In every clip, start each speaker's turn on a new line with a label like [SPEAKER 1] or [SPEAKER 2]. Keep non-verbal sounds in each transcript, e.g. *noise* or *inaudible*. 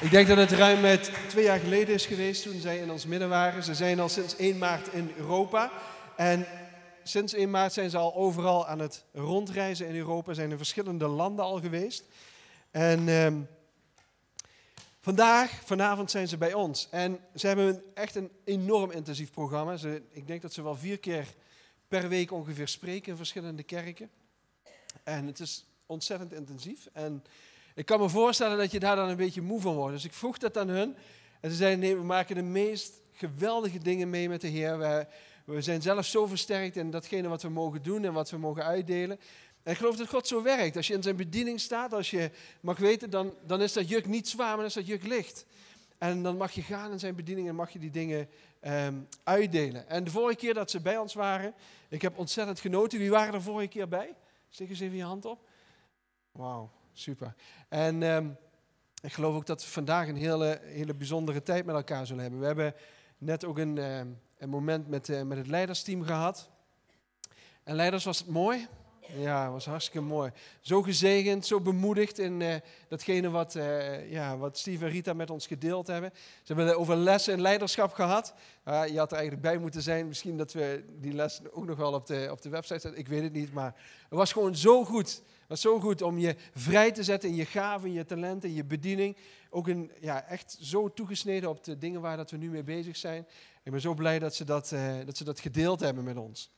[SPEAKER 1] Ik denk dat het ruim eh, t- twee jaar geleden is geweest toen zij in ons midden waren. Ze zijn al sinds 1 maart in Europa. En sinds 1 maart zijn ze al overal aan het rondreizen in Europa. Zijn in verschillende landen al geweest. En ehm, vandaag, vanavond zijn ze bij ons. En ze hebben een- echt een enorm intensief programma. Ze, ik denk dat ze wel vier keer per week ongeveer spreken in verschillende kerken. En het is ontzettend intensief. En ik kan me voorstellen dat je daar dan een beetje moe van wordt. Dus ik vroeg dat aan hun. En ze zeiden, nee, we maken de meest geweldige dingen mee met de Heer. We, we zijn zelf zo versterkt in datgene wat we mogen doen en wat we mogen uitdelen. En ik geloof dat God zo werkt. Als je in zijn bediening staat, als je mag weten, dan, dan is dat juk niet zwaar, maar dan is dat juk licht. En dan mag je gaan in zijn bediening en mag je die dingen ehm, uitdelen. En de vorige keer dat ze bij ons waren, ik heb ontzettend genoten. Wie waren er vorige keer bij? Steek eens even je hand op. Wauw, super. En ehm, ik geloof ook dat we vandaag een hele, hele bijzondere tijd met elkaar zullen hebben. We hebben net ook een, ehm, een moment met, eh, met het leidersteam gehad. En leiders, was het mooi? Ja, het was hartstikke mooi. Zo gezegend, zo bemoedigd in eh, datgene wat, eh, ja, wat Steve en Rita met ons gedeeld hebben. Ze hebben het over lessen en leiderschap gehad. Ah, je had er eigenlijk bij moeten zijn. Misschien dat we die les ook nog wel op de, op de website zetten. Ik weet het niet, maar het was gewoon zo goed. Het was zo goed om je vrij te zetten in je gaven, in je talenten, in je bediening. Ook in, ja, echt zo toegesneden op de dingen waar dat we nu mee bezig zijn. Ik ben zo blij dat ze dat, eh, dat, ze dat gedeeld hebben met ons.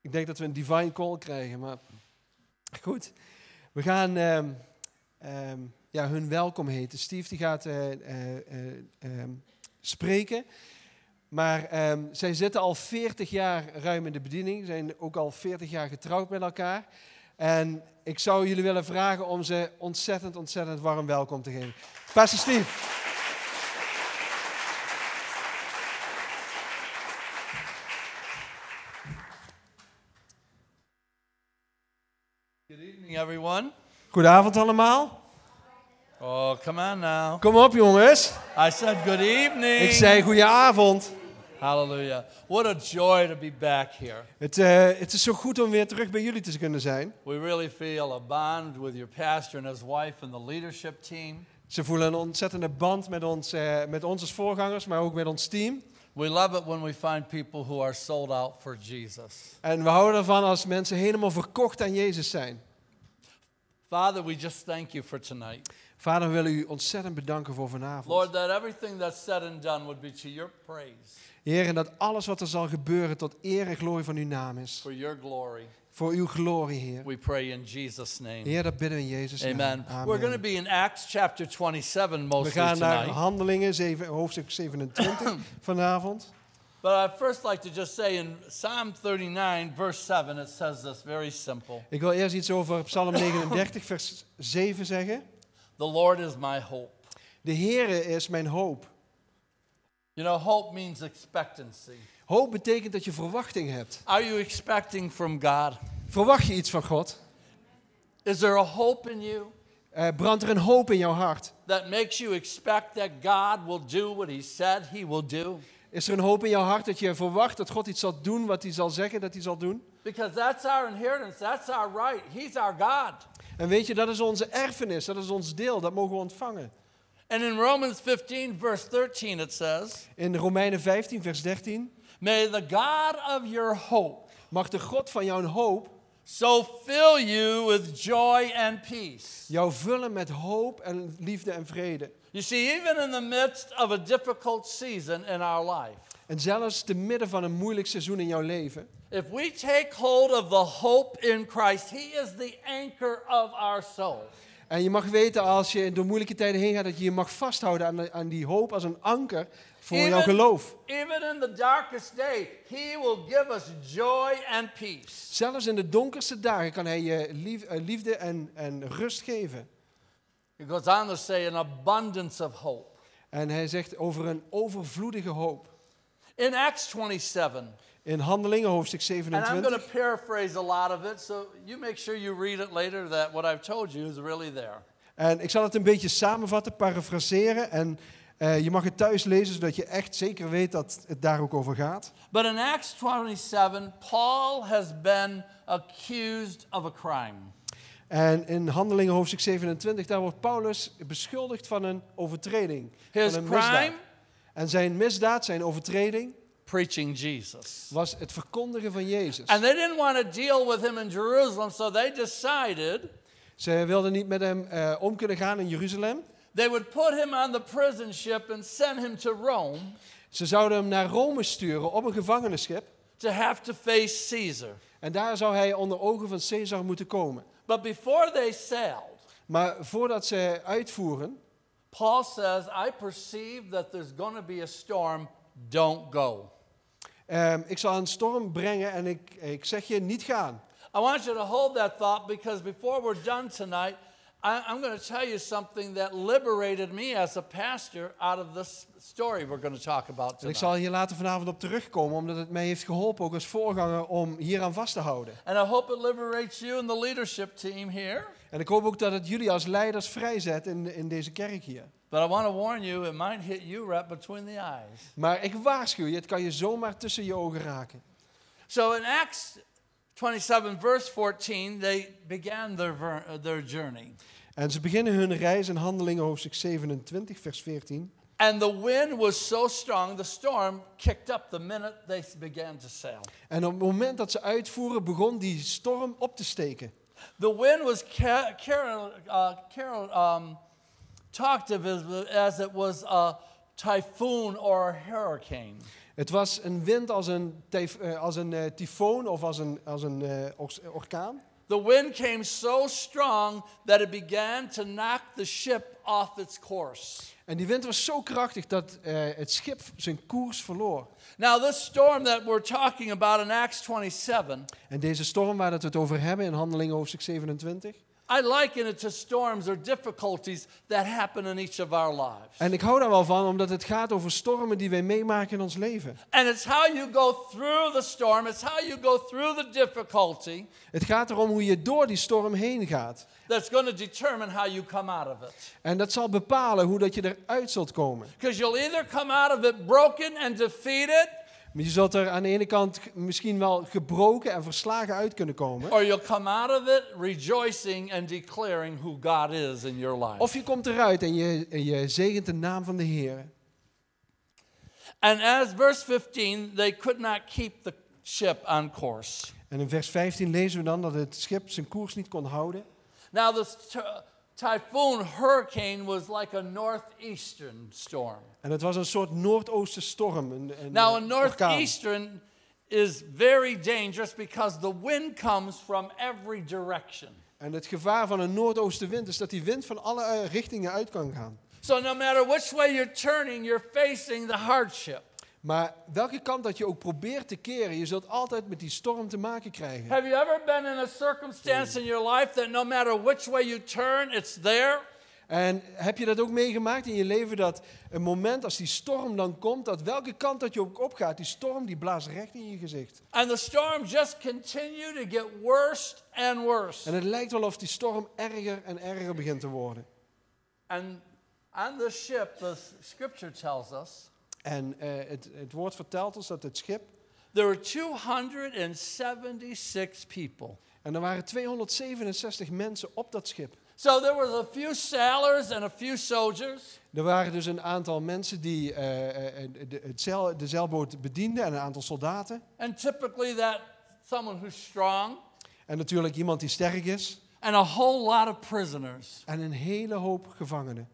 [SPEAKER 1] Ik denk dat we een divine call krijgen, maar goed. We gaan ehm, ehm, ja, hun welkom heten. Steve die gaat eh, eh, eh, ehm, spreken. Maar ehm, zij zitten al 40 jaar ruim in de bediening, zijn ook al 40 jaar getrouwd met elkaar. En ik zou jullie willen vragen om ze ontzettend, ontzettend warm welkom te geven. Pastor Steve.
[SPEAKER 2] Good evening, everyone.
[SPEAKER 1] Goedenavond allemaal.
[SPEAKER 2] Oh, come on now.
[SPEAKER 1] Kom op jongens.
[SPEAKER 2] I said good evening.
[SPEAKER 1] Ik zei goedenavond.
[SPEAKER 2] Hallelujah. What a joy to be back here.
[SPEAKER 1] Het, eh, het is zo goed om weer terug bij jullie te kunnen zijn.
[SPEAKER 2] We really feel a bond with your pastor and his wife and the leadership team.
[SPEAKER 1] Ze voelen een ontzettende band met ons, eh, met ons als voorgangers, maar ook met ons team.
[SPEAKER 2] We love it when we find people who are sold out for Jesus.
[SPEAKER 1] En we houden ervan als mensen helemaal verkocht aan Jezus zijn.
[SPEAKER 2] Father, we just thank you for tonight.
[SPEAKER 1] Vader, we willen u ontzettend bedanken voor vanavond.
[SPEAKER 2] Lord, that everything that's said and done would be to your praise,
[SPEAKER 1] Heer, en dat alles wat er zal gebeuren tot eer en glorie van uw naam is.
[SPEAKER 2] for your glory.
[SPEAKER 1] Voor uw glorie, Heer.
[SPEAKER 2] We pray in Jesus' name.
[SPEAKER 1] Heer, dat bidden we in Jezus'
[SPEAKER 2] Amen.
[SPEAKER 1] naam. Amen.
[SPEAKER 2] We're going to be in Acts chapter 27
[SPEAKER 1] we
[SPEAKER 2] mostly
[SPEAKER 1] gaan naar
[SPEAKER 2] tonight.
[SPEAKER 1] Handelingen, zeven- hoofdstuk
[SPEAKER 2] *clears throat*
[SPEAKER 1] 27 vanavond.
[SPEAKER 2] But I'd first like to just say in Psalm 39, verse 7, it says this very simple
[SPEAKER 1] Ik wil eerst iets over Psalm 39, vers 7 zeggen.
[SPEAKER 2] The Lord is my hope.
[SPEAKER 1] De Heere is mijn hoop.
[SPEAKER 2] You know, hope means expectancy.
[SPEAKER 1] Hoop betekent dat je verwachting hebt.
[SPEAKER 2] Are you expecting from God?
[SPEAKER 1] Verwacht je iets van God?
[SPEAKER 2] Is there a hope in you
[SPEAKER 1] Eh, brandt er een hoop in jouw hart?
[SPEAKER 2] that makes you expect that God will do what He said He will do?
[SPEAKER 1] Is er een hoop in jouw hart dat je verwacht dat God iets zal doen wat hij zal zeggen dat hij zal doen?
[SPEAKER 2] Because that's our inheritance, that's our right. He's our God.
[SPEAKER 1] En weet je, dat is onze erfenis, dat is ons deel, dat mogen we ontvangen.
[SPEAKER 2] And in Romans 15, verse 13, it says,
[SPEAKER 1] In Romeinen 15, vers 13.
[SPEAKER 2] May the God of your hope
[SPEAKER 1] Mag de God van jouw hoop
[SPEAKER 2] so fill you with joy and peace.
[SPEAKER 1] jou vullen met hoop en liefde en vrede.
[SPEAKER 2] You see, even in the midst of a difficult season in our life,
[SPEAKER 1] En zelfs te midden van een moeilijk seizoen in jouw leven.
[SPEAKER 2] if we take hold of the hope in Christ, He is the anchor of our soul.
[SPEAKER 1] En je mag weten als je door moeilijke tijden heen gaat, dat je je mag vasthouden aan, de- aan die hoop als een anker voor jouw geloof.
[SPEAKER 2] even in the darkest day, He will give us joy and peace.
[SPEAKER 1] Zelfs in de donkerste dagen kan hij je lief- eh, liefde en, en rust geven.
[SPEAKER 2] He goes on to say, an abundance of hope.
[SPEAKER 1] En hij zegt over een overvloedige hoop.
[SPEAKER 2] In Acts 27,
[SPEAKER 1] In Handelingen hoofdstuk
[SPEAKER 2] and I'm going
[SPEAKER 1] 27.
[SPEAKER 2] to paraphrase a lot of it, so you make sure you read it later that what I've told you is really there.
[SPEAKER 1] En ik zal het een beetje samenvatten, parafraseren. En eh, je mag het thuis lezen, zodat je echt zeker weet dat het daar ook over gaat.
[SPEAKER 2] But in Acts 27, Paul has been accused of a crime.
[SPEAKER 1] En in Handelingen hoofdstuk 27, daar wordt Paulus beschuldigd van een overtreding.
[SPEAKER 2] His
[SPEAKER 1] van een
[SPEAKER 2] crime?
[SPEAKER 1] misdaad. En zijn misdaad, zijn overtreding,
[SPEAKER 2] Preaching Jesus.
[SPEAKER 1] was het verkondigen van Jezus.
[SPEAKER 2] And they didn't want to deal with him in Jerusalem, so they decided
[SPEAKER 1] Ze wilden niet met hem eh, om kunnen gaan in Jeruzalem.
[SPEAKER 2] they would put him on the prison ship and send him to Rome
[SPEAKER 1] Ze zouden hem naar Rome sturen op een gevangenisschip.
[SPEAKER 2] to have to face Caesar.
[SPEAKER 1] En daar zou hij onder ogen van Caesar moeten komen.
[SPEAKER 2] But before they sailed,
[SPEAKER 1] Maar voordat ze uitvoeren,
[SPEAKER 2] Paul says, I perceive that there's going to be a storm. Don't go.
[SPEAKER 1] ehm, ik zal een storm brengen en ik, ik zeg je niet gaan.
[SPEAKER 2] I want you to hold that thought because before we're done tonight, I, I'm going to tell you something that liberated me as a pastor out of this story we're going to talk about
[SPEAKER 1] En ik
[SPEAKER 2] tonight.
[SPEAKER 1] zal hier later vanavond op terugkomen, omdat het mij heeft geholpen, ook als voorganger, om hieraan vast te houden.
[SPEAKER 2] And I hope it liberates you and the leadership team here.
[SPEAKER 1] En ik hoop ook dat het jullie als leiders vrijzet in, in deze kerk hier.
[SPEAKER 2] But I want to warn you, it might hit you right between the eyes.
[SPEAKER 1] Maar ik waarschuw je, het kan je zomaar tussen je ogen raken.
[SPEAKER 2] So in Acts 27, verse 14, they began their, ver- uh, their journey.
[SPEAKER 1] En ze beginnen hun reis in Handelingen hoofdstuk 27, vers 14.
[SPEAKER 2] And the wind was so strong, the storm kicked up the minute they s- began to sail.
[SPEAKER 1] En op het moment dat ze uitvoeren, begon die storm op te steken.
[SPEAKER 2] The wind was, ca- Carol, uh, Carol um, talked of as, as it was a typhoon or a hurricane.
[SPEAKER 1] Het was een wind als een, tyf- eh, als een eh, tyfoon of als een, als een eh, ors- orkaan.
[SPEAKER 2] The wind came so strong that it began to knock the ship off its course.
[SPEAKER 1] En die wind was zo krachtig dat eh, het schip zijn koers verloor.
[SPEAKER 2] Now, this storm that we're talking about in Acts 27,
[SPEAKER 1] En deze storm waar dat we het over hebben in Handelingen hoofdstuk 27.
[SPEAKER 2] I liken it to storms or difficulties that happen in each of our lives.
[SPEAKER 1] En ik hou daar wel van, omdat het gaat over stormen die wij meemaken in ons leven.
[SPEAKER 2] And it's how you go through the storm, it's how you go through the difficulty
[SPEAKER 1] Het gaat erom hoe je door die storm heen gaat.
[SPEAKER 2] that's going to determine how you come out of it.
[SPEAKER 1] En dat zal bepalen hoe dat je eruit zult komen.
[SPEAKER 2] Because you'll either come out of it broken and defeated,
[SPEAKER 1] Maar je zult er aan de ene kant misschien wel gebroken en verslagen uit kunnen komen.
[SPEAKER 2] or you'll come out of it rejoicing and declaring who God is in your life.
[SPEAKER 1] Of je komt eruit en je, en je zegent de naam van de Heer.
[SPEAKER 2] And as verse 15, they could not keep the ship on course.
[SPEAKER 1] En in vers 15 lezen we dan dat het schip zijn koers niet kon houden.
[SPEAKER 2] Now, this ty- typhoon hurricane was like a northeastern storm.
[SPEAKER 1] En het was een soort noordoosten storm. Een, een,
[SPEAKER 2] Now,
[SPEAKER 1] eh,
[SPEAKER 2] a
[SPEAKER 1] orkaan.
[SPEAKER 2] northeastern is very dangerous because the wind comes from every direction.
[SPEAKER 1] En het gevaar van een noordoostenwind is dat die wind van alle eh, richtingen uit kan gaan.
[SPEAKER 2] So, no matter which way you're turning, you're facing the hardship.
[SPEAKER 1] Maar welke kant dat je ook probeert te keren, je zult altijd met die storm te maken krijgen.
[SPEAKER 2] Have you ever been in a circumstance in your life that no matter which way you turn, it's there?
[SPEAKER 1] En heb je dat ook meegemaakt in je leven dat een moment als die storm dan komt, dat welke kant dat je ook opgaat, die storm die blaast recht in je gezicht.
[SPEAKER 2] And the storm just continue to get worse and worse.
[SPEAKER 1] En het lijkt wel of die storm erger en erger begint te worden.
[SPEAKER 2] And on the ship, the s- scripture tells us
[SPEAKER 1] En eh, het, het woord vertelt ons dat het schip,
[SPEAKER 2] there were 276 people.
[SPEAKER 1] en er waren 267 mensen op dat schip.
[SPEAKER 2] So there was a few sailors and a few soldiers,
[SPEAKER 1] Er waren dus een aantal mensen die eh, eh, de, het zeil- de zeilboot bedienden en een aantal soldaten.
[SPEAKER 2] and typically that someone who's strong,
[SPEAKER 1] En natuurlijk iemand die sterk is.
[SPEAKER 2] and a whole lot of prisoners.
[SPEAKER 1] En een hele hoop gevangenen.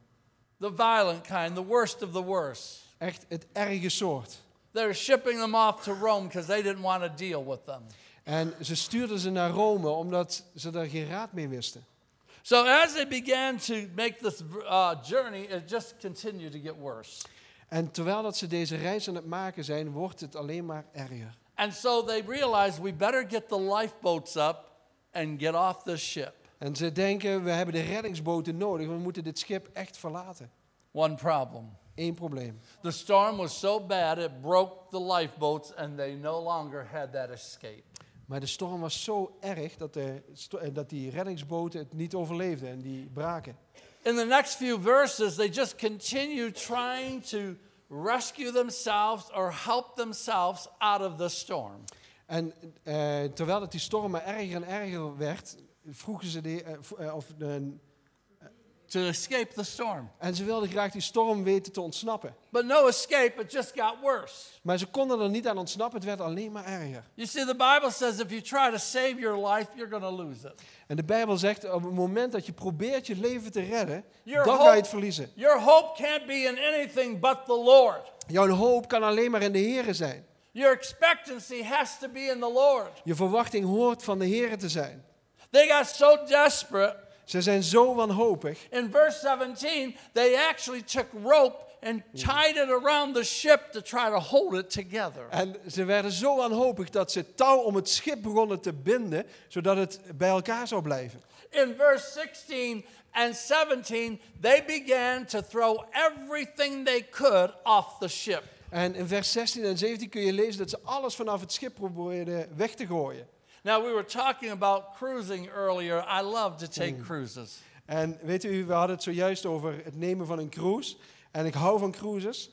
[SPEAKER 2] The violent kind, the worst of the worst.
[SPEAKER 1] Echt het erge soort.
[SPEAKER 2] They were shipping them off to Rome because they didn't want to deal with them.
[SPEAKER 1] En ze stuurden ze naar Rome omdat ze daar geen raad mee wisten.
[SPEAKER 2] So as they began to make this uh, journey, it just continued to get worse.
[SPEAKER 1] En terwijl dat ze deze reis aan het maken zijn, wordt het alleen maar erger.
[SPEAKER 2] And so they realized we better get the lifeboats up and get off this ship.
[SPEAKER 1] En ze denken, we hebben de reddingsboten nodig, we moeten dit schip echt verlaten.
[SPEAKER 2] One problem.
[SPEAKER 1] Eén probleem.
[SPEAKER 2] The storm was so bad it broke the lifeboats and they no longer had that escape.
[SPEAKER 1] Maar de storm was zo erg dat, de, sto- eh, dat die reddingsboten het niet overleefden en die braken.
[SPEAKER 2] In the next few verses, they just continue trying to rescue themselves or help themselves out of the storm.
[SPEAKER 1] En eh, terwijl dat die storm maar erger en erger werd, vroegen ze die, eh, v- eh, of, eh,
[SPEAKER 2] to escape the storm.
[SPEAKER 1] en ze wilden graag die storm weten te ontsnappen.
[SPEAKER 2] But no escape, it just got worse.
[SPEAKER 1] Maar ze konden er niet aan ontsnappen, het werd alleen maar erger.
[SPEAKER 2] You see, the Bible says if you try to save your life, you're going to lose it.
[SPEAKER 1] En de Bijbel zegt, op het moment dat je probeert je leven te redden,
[SPEAKER 2] Your
[SPEAKER 1] dan ga je
[SPEAKER 2] hope-
[SPEAKER 1] het verliezen.
[SPEAKER 2] Your hope can't be in anything but the Lord.
[SPEAKER 1] Jouw hoop kan alleen maar in de Here zijn.
[SPEAKER 2] Your expectancy has to be in the Lord.
[SPEAKER 1] Je verwachting hoort van de Here te zijn.
[SPEAKER 2] They got so desperate.
[SPEAKER 1] Ze zijn zo wanhopig.
[SPEAKER 2] In verse 17, they actually took rope and tied it around the ship to try to hold it together.
[SPEAKER 1] En ze werden zo wanhopig dat ze touw om het schip begonnen te binden, zodat het bij elkaar zou blijven.
[SPEAKER 2] In verse 16 and 17, they began to throw everything they could off the ship.
[SPEAKER 1] En in vers 16 en 17 kun je lezen dat ze alles vanaf het schip probeerden weg te gooien.
[SPEAKER 2] Now, we were talking about cruising earlier. I love to take cruises.
[SPEAKER 1] En weet u, we hadden het zojuist over het nemen van een cruise. En ik hou van cruises.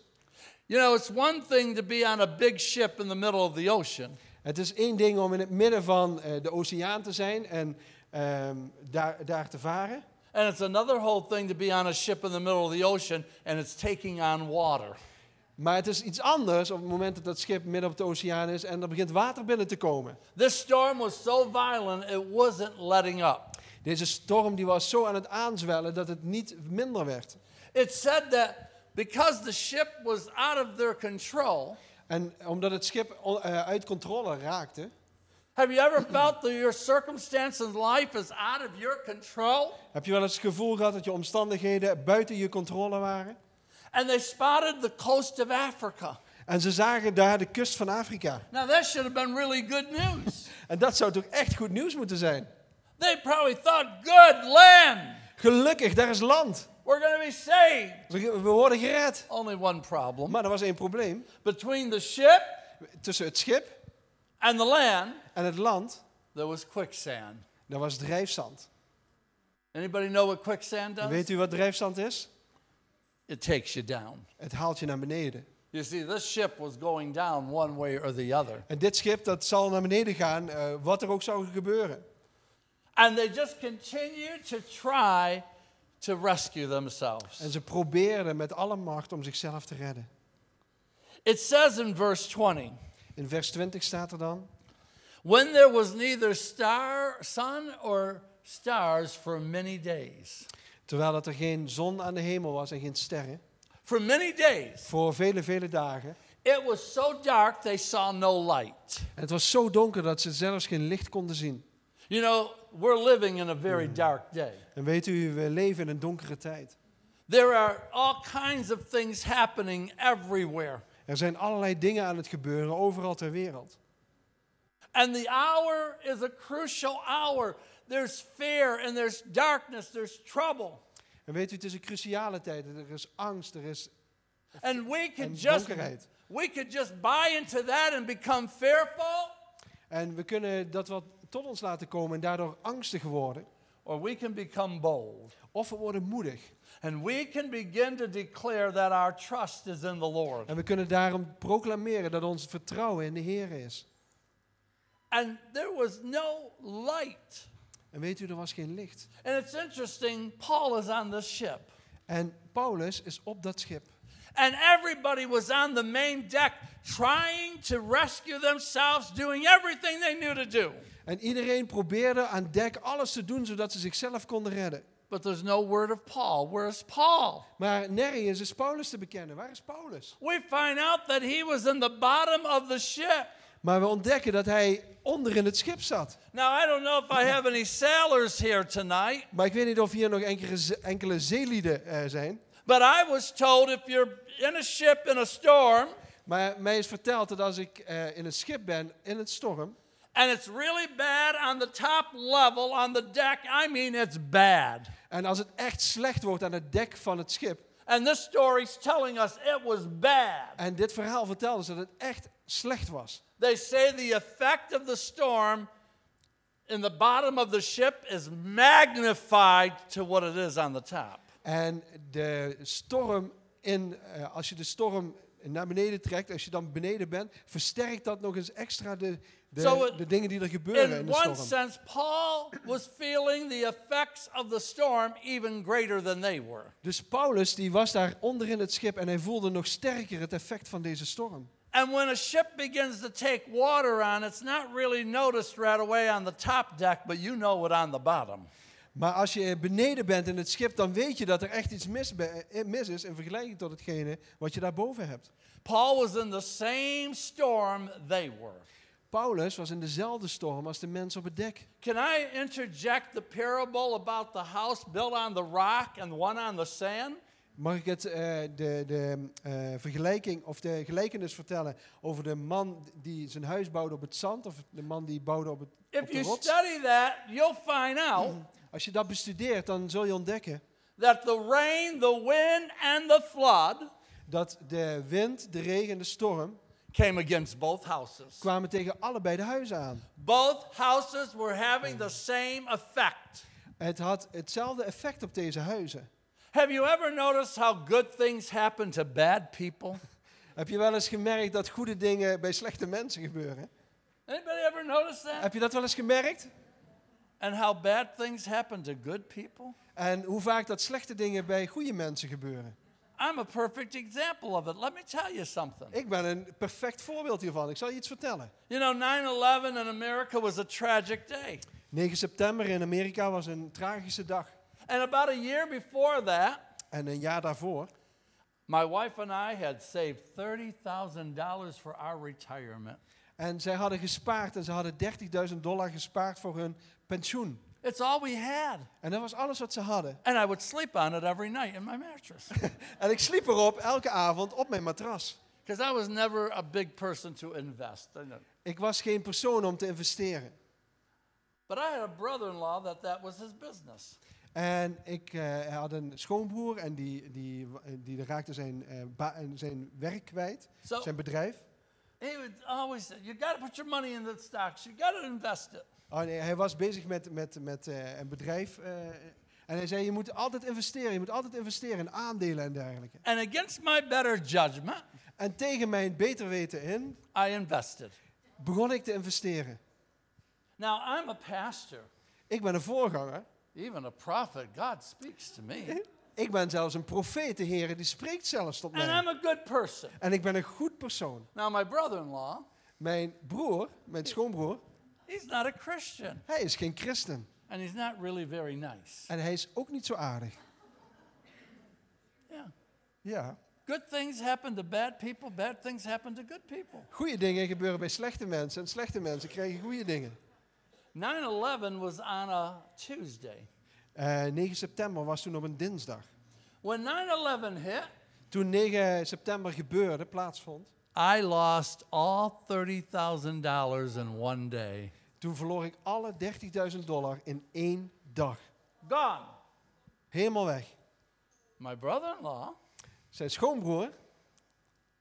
[SPEAKER 2] You know, it's one thing to be on a big ship in the middle of the ocean,
[SPEAKER 1] Het is één ding om in het midden van eh, de oceaan te zijn en ehm, daar, daar te varen.
[SPEAKER 2] and it's another whole thing to be on a ship in the middle of the ocean and it's taking on water.
[SPEAKER 1] Maar het is iets anders op het moment dat dat schip midden op de oceaan is en er begint water binnen te komen.
[SPEAKER 2] This storm was so violent, it wasn't letting up.
[SPEAKER 1] Deze storm die was zo aan het aanzwellen dat het niet minder werd.
[SPEAKER 2] It said that because the ship was out of their control,
[SPEAKER 1] En omdat het schip on- eh, uit controle raakte.
[SPEAKER 2] have you ever felt that your circumstance in life is out of your control?
[SPEAKER 1] Heb je wel eens het gevoel gehad dat je omstandigheden buiten je controle waren?
[SPEAKER 2] And they spotted the coast of Africa.
[SPEAKER 1] En ze zagen daar de kust van Afrika.
[SPEAKER 2] Now, that should have been really good news.
[SPEAKER 1] En dat zou toch echt goed nieuws moeten zijn?
[SPEAKER 2] they probably thought, good land,
[SPEAKER 1] Gelukkig, daar is land.
[SPEAKER 2] we're going to be saved.
[SPEAKER 1] We we worden gered.
[SPEAKER 2] Only one problem.
[SPEAKER 1] Maar er was één probleem.
[SPEAKER 2] Between the ship
[SPEAKER 1] Tussen het schip
[SPEAKER 2] and the land,
[SPEAKER 1] en het land,
[SPEAKER 2] there was quicksand.
[SPEAKER 1] daar was drijfzand.
[SPEAKER 2] Anybody know what quicksand does?
[SPEAKER 1] Weet u wat drijfzand is?
[SPEAKER 2] It takes you down.
[SPEAKER 1] Het haalt je naar beneden.
[SPEAKER 2] You see, this ship was going down one way or the other.
[SPEAKER 1] En dit schip, dat zal naar beneden gaan, eh, wat er ook zou gebeuren.
[SPEAKER 2] And they just continued to try to rescue themselves.
[SPEAKER 1] En ze probeerden met alle macht om zichzelf te redden.
[SPEAKER 2] It says in verse 20
[SPEAKER 1] In vers 20 staat er dan...
[SPEAKER 2] when there was neither star, sun or stars for many days.
[SPEAKER 1] Terwijl dat er geen zon aan de hemel was en geen sterren.
[SPEAKER 2] For many days,
[SPEAKER 1] Voor vele, vele dagen.
[SPEAKER 2] it was so dark they saw no light.
[SPEAKER 1] En het was zo donker dat ze zelfs geen licht konden zien.
[SPEAKER 2] You know, we're living in a very dark day.
[SPEAKER 1] En weet u, we leven in een donkere tijd.
[SPEAKER 2] There are all kinds of things happening everywhere.
[SPEAKER 1] Er zijn allerlei dingen aan het gebeuren, overal ter wereld.
[SPEAKER 2] And the hour is a crucial hour. There's fear and there's darkness, there's trouble.
[SPEAKER 1] En weet u, het is een cruciale tijd. Er is angst, er is...
[SPEAKER 2] And we could
[SPEAKER 1] En
[SPEAKER 2] just
[SPEAKER 1] donkerheid.
[SPEAKER 2] we could just buy into that and become fearful
[SPEAKER 1] En we kunnen dat wat tot ons laten komen en daardoor angstig worden.
[SPEAKER 2] or we can become bold.
[SPEAKER 1] Of we worden moedig.
[SPEAKER 2] And we can begin to declare that our trust is in the Lord.
[SPEAKER 1] En we kunnen daarom proclameren dat ons vertrouwen in de Heer is.
[SPEAKER 2] And there was no light.
[SPEAKER 1] En weet u, er was geen licht.
[SPEAKER 2] And it's interesting, Paul is on this ship.
[SPEAKER 1] En Paulus is op dat schip.
[SPEAKER 2] And everybody was on the main deck trying to rescue themselves, doing everything they knew to do.
[SPEAKER 1] En iedereen probeerde aan dek alles te doen zodat ze zichzelf konden redden.
[SPEAKER 2] But there's no word of Paul. Where's Paul?
[SPEAKER 1] Maar nergens is Paulus te bekennen. Waar is Paulus?
[SPEAKER 2] We find out that he was in the bottom of the ship.
[SPEAKER 1] Maar we ontdekken dat hij onder in het schip zat.
[SPEAKER 2] Now, I don't know if I have any sailors here tonight,
[SPEAKER 1] Maar ik weet niet of hier nog enkele, ze- enkele zeelieden eh, zijn.
[SPEAKER 2] but I was told if you're in a ship in a storm
[SPEAKER 1] Maar mij is verteld dat als ik eh, in een schip ben, in een storm,
[SPEAKER 2] and it's really bad on the top level, on the deck, I mean, it's bad.
[SPEAKER 1] en als het echt slecht wordt aan het dek van het schip,
[SPEAKER 2] And this story's telling us it was bad.
[SPEAKER 1] en dit verhaal vertelde ze dat het echt slecht was.
[SPEAKER 2] They say the effect of the storm in the bottom of the ship is magnified to what it is on the top.
[SPEAKER 1] En de storm in, eh, als je de storm naar beneden trekt, als je dan beneden bent, versterkt dat nog eens extra de, de,
[SPEAKER 2] Zo, eh,
[SPEAKER 1] de dingen die er gebeuren in
[SPEAKER 2] In
[SPEAKER 1] de
[SPEAKER 2] one
[SPEAKER 1] storm.
[SPEAKER 2] sense, Paul was feeling the effects of the storm even greater than they were.
[SPEAKER 1] Dus Paulus die was daar onder in het schip en hij voelde nog sterker het effect van deze storm.
[SPEAKER 2] And when a ship begins to take water on, it's not really noticed right away on the top deck, but you know it on the bottom.
[SPEAKER 1] Maar als je beneden bent in het schip, dan weet je dat er echt iets mis, be- eh, mis is in vergelijking tot hetgene wat je daarboven hebt.
[SPEAKER 2] Paul was in the same storm they were.
[SPEAKER 1] Paulus was in dezelfde storm als de mensen op het dek.
[SPEAKER 2] Can I interject the parable about the house built on the rock and one on the sand?
[SPEAKER 1] Mag ik het, eh, de, de eh, vergelijking of de gelijkenis vertellen over de man die zijn huis bouwde op het zand of de man die bouwde op, het, op
[SPEAKER 2] If
[SPEAKER 1] de
[SPEAKER 2] you
[SPEAKER 1] rots?
[SPEAKER 2] study that, you'll find out
[SPEAKER 1] Als je dat bestudeert, dan zul je ontdekken
[SPEAKER 2] that the rain, the wind, and the flood
[SPEAKER 1] dat de wind, de regen en de storm
[SPEAKER 2] came against both houses.
[SPEAKER 1] kwamen tegen allebei de huizen aan.
[SPEAKER 2] Both houses were having the same effect.
[SPEAKER 1] Het had hetzelfde effect op deze huizen.
[SPEAKER 2] Have you ever noticed how good things happen to bad people?
[SPEAKER 1] Heb je wel eens gemerkt dat goede dingen bij slechte mensen gebeuren?
[SPEAKER 2] Anybody ever notice that?
[SPEAKER 1] Heb je dat wel eens gemerkt?
[SPEAKER 2] And how bad things happen to good people?
[SPEAKER 1] En hoe vaak dat slechte dingen bij goede mensen gebeuren?
[SPEAKER 2] I'm a perfect example of it. Let me tell you something.
[SPEAKER 1] Ik ben een perfect voorbeeld hiervan. Ik zal je iets vertellen.
[SPEAKER 2] You know, 9 11 in America was a tragic day.
[SPEAKER 1] 9 september in Amerika was een tragische dag.
[SPEAKER 2] And about a year before that,
[SPEAKER 1] En een jaar daarvoor
[SPEAKER 2] my wife and I had saved $30,000 for our retirement.
[SPEAKER 1] En zij hadden gespaard en ze hadden 30.000 dollar gespaard voor hun pensioen.
[SPEAKER 2] It's all we had.
[SPEAKER 1] En dat was alles wat ze hadden.
[SPEAKER 2] And I would sleep on it every night in my mattress *laughs*
[SPEAKER 1] En ik sliep erop elke avond op mijn matras.
[SPEAKER 2] because I was never a big person to invest. I know.
[SPEAKER 1] Ik was geen persoon om te investeren.
[SPEAKER 2] But I had a brother in law that that was his business.
[SPEAKER 1] En ik eh, had een schoonbroer en die, die, die raakte zijn, eh, ba- zijn werk kwijt,
[SPEAKER 2] Zo.
[SPEAKER 1] zijn bedrijf.
[SPEAKER 2] He would always say, You got to put your money in the stocks, you got to invest it.
[SPEAKER 1] Oh, nee, hij was bezig met, met, met eh, een bedrijf. eh, en hij zei, je moet altijd investeren, je moet altijd investeren in aandelen en dergelijke.
[SPEAKER 2] And against my better judgment,
[SPEAKER 1] En tegen mijn beter weten in
[SPEAKER 2] I invested.
[SPEAKER 1] begon ik te investeren.
[SPEAKER 2] Now, I'm a pastor,
[SPEAKER 1] Ik ben een voorganger.
[SPEAKER 2] even a prophet. God speaks to me.
[SPEAKER 1] Ik ben zelfs een profeet, de Heer, die spreekt zelfs tot
[SPEAKER 2] *laughs* And
[SPEAKER 1] mij.
[SPEAKER 2] I'm a good person.
[SPEAKER 1] En ik ben een goed persoon.
[SPEAKER 2] Now, my brother in law,
[SPEAKER 1] Mijn broer, mijn schoonbroer,
[SPEAKER 2] he's not a Christian,
[SPEAKER 1] hij is geen christen.
[SPEAKER 2] and he's not really very nice.
[SPEAKER 1] En hij is ook niet zo aardig.
[SPEAKER 2] Yeah.
[SPEAKER 1] Ja.
[SPEAKER 2] Good things happen to bad people, bad things happen to good people.
[SPEAKER 1] Goede dingen gebeuren bij slechte mensen en slechte mensen krijgen goede dingen.
[SPEAKER 2] 9 11 was on a Tuesday.
[SPEAKER 1] Eh, 9 september was toen op een dinsdag.
[SPEAKER 2] When 9 11 hit,
[SPEAKER 1] Toen 9 september gebeurde, plaatsvond,
[SPEAKER 2] I lost all $30,000 in one day.
[SPEAKER 1] toen verloor ik alle 30.000 dollar in één dag.
[SPEAKER 2] Gone.
[SPEAKER 1] Helemaal weg.
[SPEAKER 2] My brother in law,
[SPEAKER 1] Zijn schoonbroer,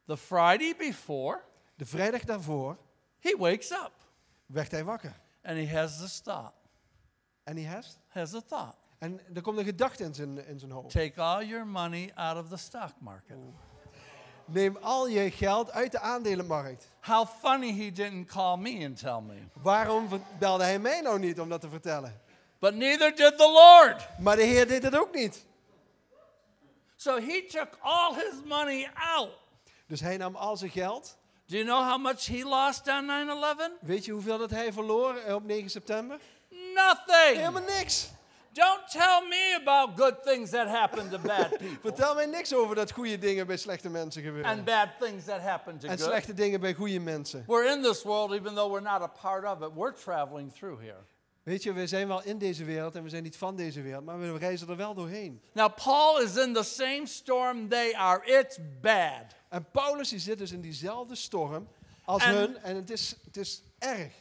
[SPEAKER 2] the Friday before,
[SPEAKER 1] de vrijdag daarvoor,
[SPEAKER 2] he wakes up
[SPEAKER 1] werd hij wakker.
[SPEAKER 2] and he has this thought.
[SPEAKER 1] En hij heeft.
[SPEAKER 2] Has a thought.
[SPEAKER 1] En er komt een gedachte in zijn, in zijn hoofd.
[SPEAKER 2] Take all your money out of the stock market.
[SPEAKER 1] Neem al je geld uit de aandelenmarkt.
[SPEAKER 2] How funny he didn't call me and tell me.
[SPEAKER 1] Waarom ver- belde hij mij nou niet om dat te vertellen?
[SPEAKER 2] But neither did the Lord.
[SPEAKER 1] Maar de Heer deed dat ook niet.
[SPEAKER 2] So he took all his money out.
[SPEAKER 1] Dus hij nam al zijn geld.
[SPEAKER 2] Do you know how much he lost on 9 11?
[SPEAKER 1] Weet je hoeveel dat hij verloor eh, op 9 september?
[SPEAKER 2] Nothing.
[SPEAKER 1] Helemaal niks.
[SPEAKER 2] Don't tell me about good things that happen to bad people
[SPEAKER 1] Vertel mij niks over dat goede dingen bij slechte mensen
[SPEAKER 2] and
[SPEAKER 1] gebeuren.
[SPEAKER 2] bad things that happen to
[SPEAKER 1] En
[SPEAKER 2] good.
[SPEAKER 1] slechte dingen bij goede mensen.
[SPEAKER 2] We're in this world, even though we're not a part of it. We're traveling through here.
[SPEAKER 1] Weet je, we zijn wel in deze wereld en we zijn niet van deze wereld, maar we reizen er wel doorheen.
[SPEAKER 2] Now, Paul is in the same storm they are. It's bad.
[SPEAKER 1] En Paulus die zit dus in diezelfde storm als
[SPEAKER 2] En-
[SPEAKER 1] hun en het is, het is erg.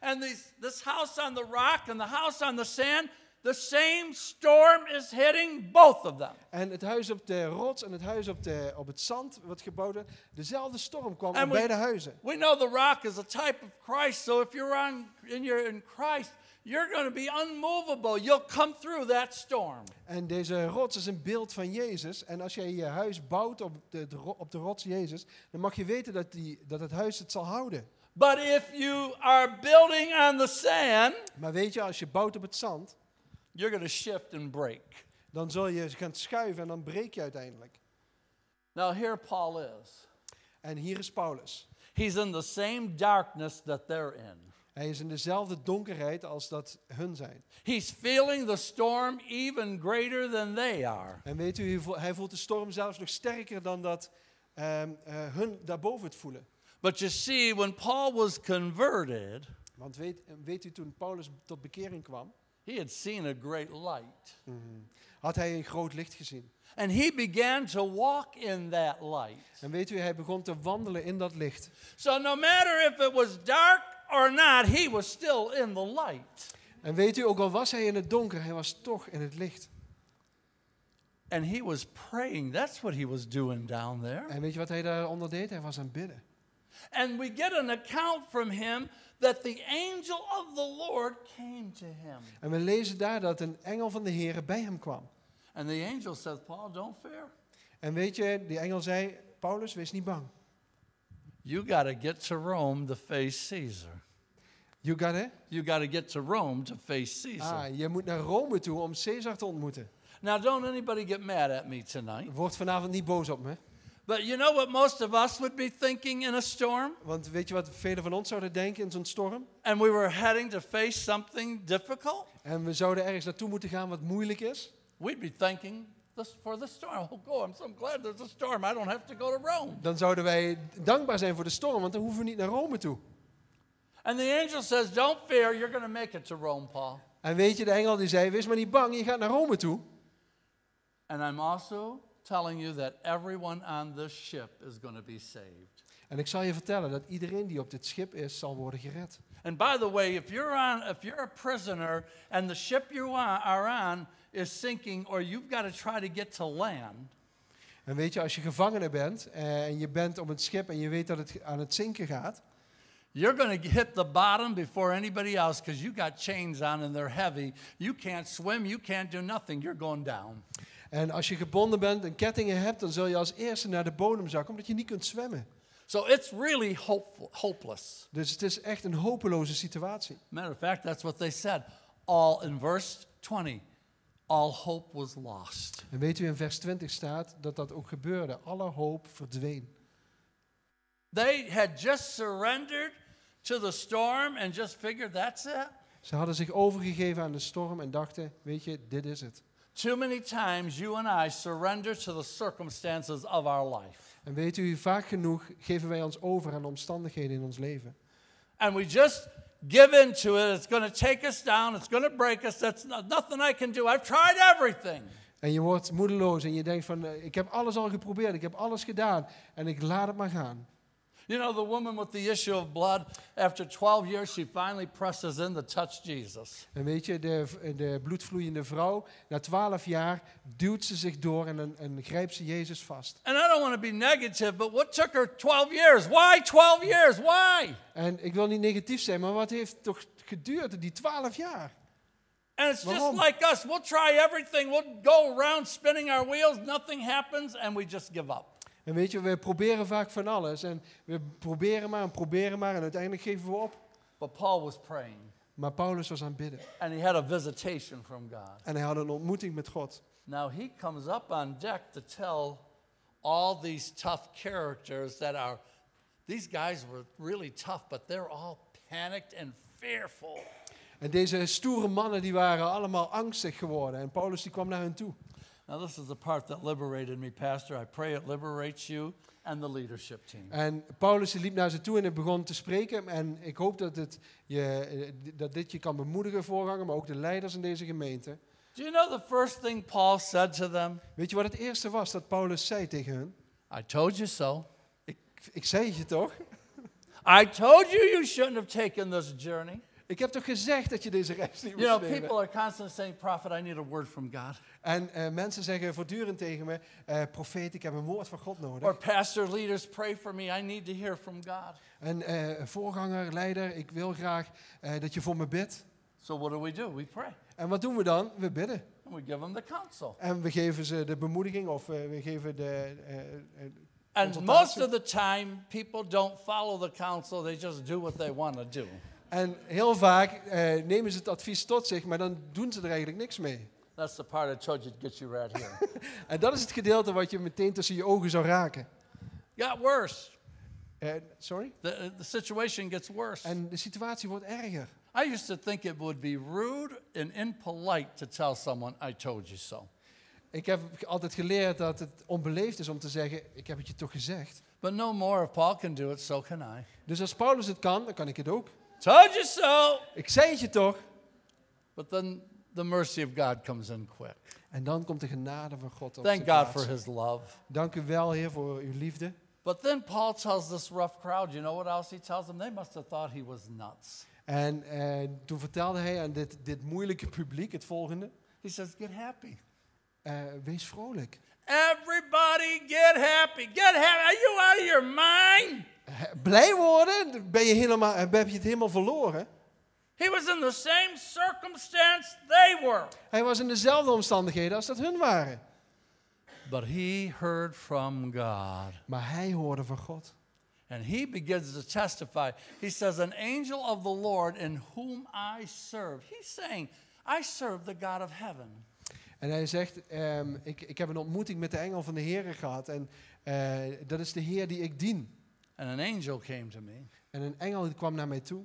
[SPEAKER 2] And these, this house on the rock and the house on the sand, the same storm is hitting both of them.
[SPEAKER 1] En het huis op de rots en het huis op, de, op het zand wat gebouwd werd, dezelfde storm kwam
[SPEAKER 2] En
[SPEAKER 1] op
[SPEAKER 2] we-
[SPEAKER 1] beide huizen.
[SPEAKER 2] We know the rock is a type of Christ, so if you're on, in, your, in Christ, you're going to be unmovable. You'll come through that storm.
[SPEAKER 1] En deze rots is een beeld van Jezus. En als jij je huis bouwt op de, de ro- op de rots Jezus, dan mag je weten dat, die, dat het huis het zal houden.
[SPEAKER 2] But if you are building on the sand,
[SPEAKER 1] Maar weet je, als je bouwt op het zand,
[SPEAKER 2] you're going to shift and break.
[SPEAKER 1] dan zul je gaan schuiven en dan breek je uiteindelijk.
[SPEAKER 2] Now, here Paul is.
[SPEAKER 1] En hier is Paulus.
[SPEAKER 2] He's in the same darkness that they're in.
[SPEAKER 1] Hij is in dezelfde donkerheid als dat hun zijn.
[SPEAKER 2] He's feeling the storm even greater than they are.
[SPEAKER 1] En weet u, hij voelt- hij voelt de storm zelfs nog sterker dan dat ehm, eh, hun daarboven het voelen.
[SPEAKER 2] But you see, when Paul was converted,
[SPEAKER 1] Want weet, weet u, toen Paulus tot bekering kwam,
[SPEAKER 2] he had seen a great light.
[SPEAKER 1] had hij een groot licht gezien.
[SPEAKER 2] And he began to walk in that light.
[SPEAKER 1] En weet u, hij begon te wandelen in dat licht.
[SPEAKER 2] So, no matter if it was dark or not, he was still in the light.
[SPEAKER 1] En weet u, ook al was hij in het donker, hij was toch in het licht.
[SPEAKER 2] And he was praying. That's what he was doing down there.
[SPEAKER 1] En weet je wat hij daaronder deed? Hij was aan het bidden.
[SPEAKER 2] And we get an account from him that the angel of the Lord came to him.
[SPEAKER 1] En we lezen daar dat een engel van de Heer bij hem kwam.
[SPEAKER 2] And the angel says, Paul, don't fear.
[SPEAKER 1] En weet je, die engel zei, Paulus, wees niet bang.
[SPEAKER 2] You got to get to Rome to face Caesar.
[SPEAKER 1] You got it?
[SPEAKER 2] You got to get to Rome to face Caesar.
[SPEAKER 1] Ah, je moet naar Rome toe om Caesar te ontmoeten.
[SPEAKER 2] Now, don't anybody get mad at me tonight.
[SPEAKER 1] Word vanavond niet boos op me.
[SPEAKER 2] But you know what most of us would be thinking in a storm?
[SPEAKER 1] Want weet je wat velen van ons zouden denken in zo'n storm?
[SPEAKER 2] And we were heading to face something difficult?
[SPEAKER 1] En we zouden ergens naartoe moeten gaan wat moeilijk is.
[SPEAKER 2] We'd be thanking this for the storm. Oh, go, I'm so glad there's a storm. I don't have to go to Rome.
[SPEAKER 1] Dan zouden wij dankbaar zijn voor de storm, want dan hoeven we niet naar Rome toe.
[SPEAKER 2] And the angel says, Don't fear, you're going to make it to Rome, Paul.
[SPEAKER 1] En weet je, de engel die zei, wees maar niet bang, je gaat naar Rome toe.
[SPEAKER 2] And I'm also telling you that everyone on this ship is going to be saved.
[SPEAKER 1] En ik zal je vertellen dat iedereen die op dit schip is, zal worden gered.
[SPEAKER 2] And by the way, if you're on, if you're a prisoner and the ship you are are on is sinking, or you've got to try to get to land,
[SPEAKER 1] En weet je, als je gevangene bent eh, en je bent op het schip en je weet dat het aan het zinken gaat,
[SPEAKER 2] you're going to hit the bottom before anybody else because you got chains on and they're heavy. You can't swim. You can't do nothing. You're going down.
[SPEAKER 1] En als je gebonden bent en kettingen hebt, dan zul je als eerste naar de bodem zakken, omdat je niet kunt zwemmen.
[SPEAKER 2] So it's really hopeful, hopeless.
[SPEAKER 1] Dus het is echt een hopeloze situatie.
[SPEAKER 2] Matter of fact, that's what they said. All in verse 20, all hope was lost.
[SPEAKER 1] En weet u, in vers 20 staat dat dat ook gebeurde. Alle hoop verdween.
[SPEAKER 2] They had just surrendered to the storm and just figured that's it.
[SPEAKER 1] Ze hadden zich overgegeven aan de storm en dachten, weet je, dit is het.
[SPEAKER 2] Too many times you and I surrender to the circumstances of our life.
[SPEAKER 1] En weet u, vaak genoeg geven wij ons over aan de omstandigheden in ons leven.
[SPEAKER 2] And we just give in to it. It's going to take us down. It's going to break us. That's no- nothing I can do. I've tried everything.
[SPEAKER 1] En je wordt moedeloos en je denkt van, eh, ik heb alles al geprobeerd, ik heb alles gedaan en ik laat het maar gaan.
[SPEAKER 2] You know, the woman with the issue of blood, after 12 years, she finally presses in to touch Jesus.
[SPEAKER 1] En weet je, de, de bloedvloeiende vrouw, na twaalf jaar duwt ze zich door en, en, en grijpt ze Jezus vast.
[SPEAKER 2] And I don't want to be negative, but what took her 12 years? Why 12 years? Why?
[SPEAKER 1] En ik wil niet negatief zijn, maar wat heeft toch geduurd, die twaalf jaar?
[SPEAKER 2] And it's just
[SPEAKER 1] Waarom?
[SPEAKER 2] like us. We'll try everything. We'll go around spinning our wheels. Nothing happens, and we just give up.
[SPEAKER 1] En weet je, we proberen vaak van alles en we proberen maar en proberen maar en uiteindelijk geven we op.
[SPEAKER 2] But Paul was praying,
[SPEAKER 1] Maar Paulus was aan het bidden
[SPEAKER 2] and he had a visitation from God.
[SPEAKER 1] en hij had een ontmoeting met God.
[SPEAKER 2] Now he comes up on deck to tell all these tough characters that are, these guys were really tough, but they're all panicked and fearful.
[SPEAKER 1] En deze stoere mannen die waren allemaal angstig geworden en Paulus die kwam naar hen toe.
[SPEAKER 2] Now, this is the part that liberated me, Pastor. I pray it liberates you and the leadership team.
[SPEAKER 1] En Paulus die liep naar ze toe en hij begon te spreken. En ik hoop dat, het je, eh, dat dit je kan bemoedigen, voorganger, maar ook de leiders in deze gemeente.
[SPEAKER 2] Do you know the first thing Paul said to them?
[SPEAKER 1] Weet je wat het eerste was dat Paulus zei tegen hun?
[SPEAKER 2] I told you so.
[SPEAKER 1] Ik, ik zei het je toch?
[SPEAKER 2] I told you you shouldn't have taken this journey.
[SPEAKER 1] Ik heb toch gezegd dat je deze reis niet
[SPEAKER 2] You
[SPEAKER 1] moest
[SPEAKER 2] know,
[SPEAKER 1] nemen?
[SPEAKER 2] people are constantly saying, Prophet, I need a word from God.
[SPEAKER 1] En eh, mensen zeggen voortdurend tegen me, eh, profeet, ik heb een woord van God nodig.
[SPEAKER 2] Or, Pastor, leaders, pray for me. I need to hear from God.
[SPEAKER 1] En eh, voorganger, leider, ik wil graag eh, dat je voor me bidt.
[SPEAKER 2] So what do we do? We pray
[SPEAKER 1] En wat doen we dan? We bidden.
[SPEAKER 2] and we give them the counsel.
[SPEAKER 1] En we geven ze de bemoediging of eh, we geven de. eh, eh,
[SPEAKER 2] And
[SPEAKER 1] Consultation.
[SPEAKER 2] most of the time, people don't follow the counsel, they just do what they want to do.
[SPEAKER 1] en heel vaak eh, nemen ze het advies tot zich, maar dan doen ze er eigenlijk niks mee.
[SPEAKER 2] That's the part I told you to get you right here.
[SPEAKER 1] En dat is het gedeelte wat je meteen tussen je ogen zou raken.
[SPEAKER 2] *laughs* Got worse.
[SPEAKER 1] Eh, sorry?
[SPEAKER 2] The, the situation gets worse.
[SPEAKER 1] En de situatie wordt erger.
[SPEAKER 2] I used to think it would be rude and impolite to tell someone, I told you so.
[SPEAKER 1] Ik heb altijd geleerd dat het onbeleefd is om te zeggen: Ik heb het je toch gezegd.
[SPEAKER 2] But no more. If Paul can do it, so can I.
[SPEAKER 1] Dus als Paulus het kan, dan kan ik het ook.
[SPEAKER 2] Told you so.
[SPEAKER 1] Ik zei het je toch?
[SPEAKER 2] But then the mercy of God comes in quick.
[SPEAKER 1] En dan komt de genade van God op
[SPEAKER 2] Thank
[SPEAKER 1] zijn
[SPEAKER 2] God
[SPEAKER 1] plaats.
[SPEAKER 2] for his love.
[SPEAKER 1] Dank u wel, Heer, voor uw liefde.
[SPEAKER 2] But then Paul tells this rough crowd, you know what else he tells them? They must have thought he was nuts.
[SPEAKER 1] En eh, toen vertelde hij aan dit, dit moeilijke publiek het volgende.
[SPEAKER 2] He says, get happy.
[SPEAKER 1] Eh, wees vrolijk.
[SPEAKER 2] Everybody get happy. Get happy. Are you out of your mind?
[SPEAKER 1] Eh, blij worden? Dan Ben je, helemaal, eh, heb je het helemaal verloren?
[SPEAKER 2] He was in the same circumstance they were.
[SPEAKER 1] Hij was in dezelfde omstandigheden als dat hun waren.
[SPEAKER 2] But he heard from God.
[SPEAKER 1] Maar hij hoorde van God.
[SPEAKER 2] And he begins to testify. He says, An angel of the Lord in whom I serve. He's saying, I serve the God of heaven.
[SPEAKER 1] En hij zegt, ehm, ik, ik heb een ontmoeting met de engel van de Heer gehad. En eh, dat is de Heer die ik dien.
[SPEAKER 2] And an angel came to me
[SPEAKER 1] En een engel die kwam naar mij toe.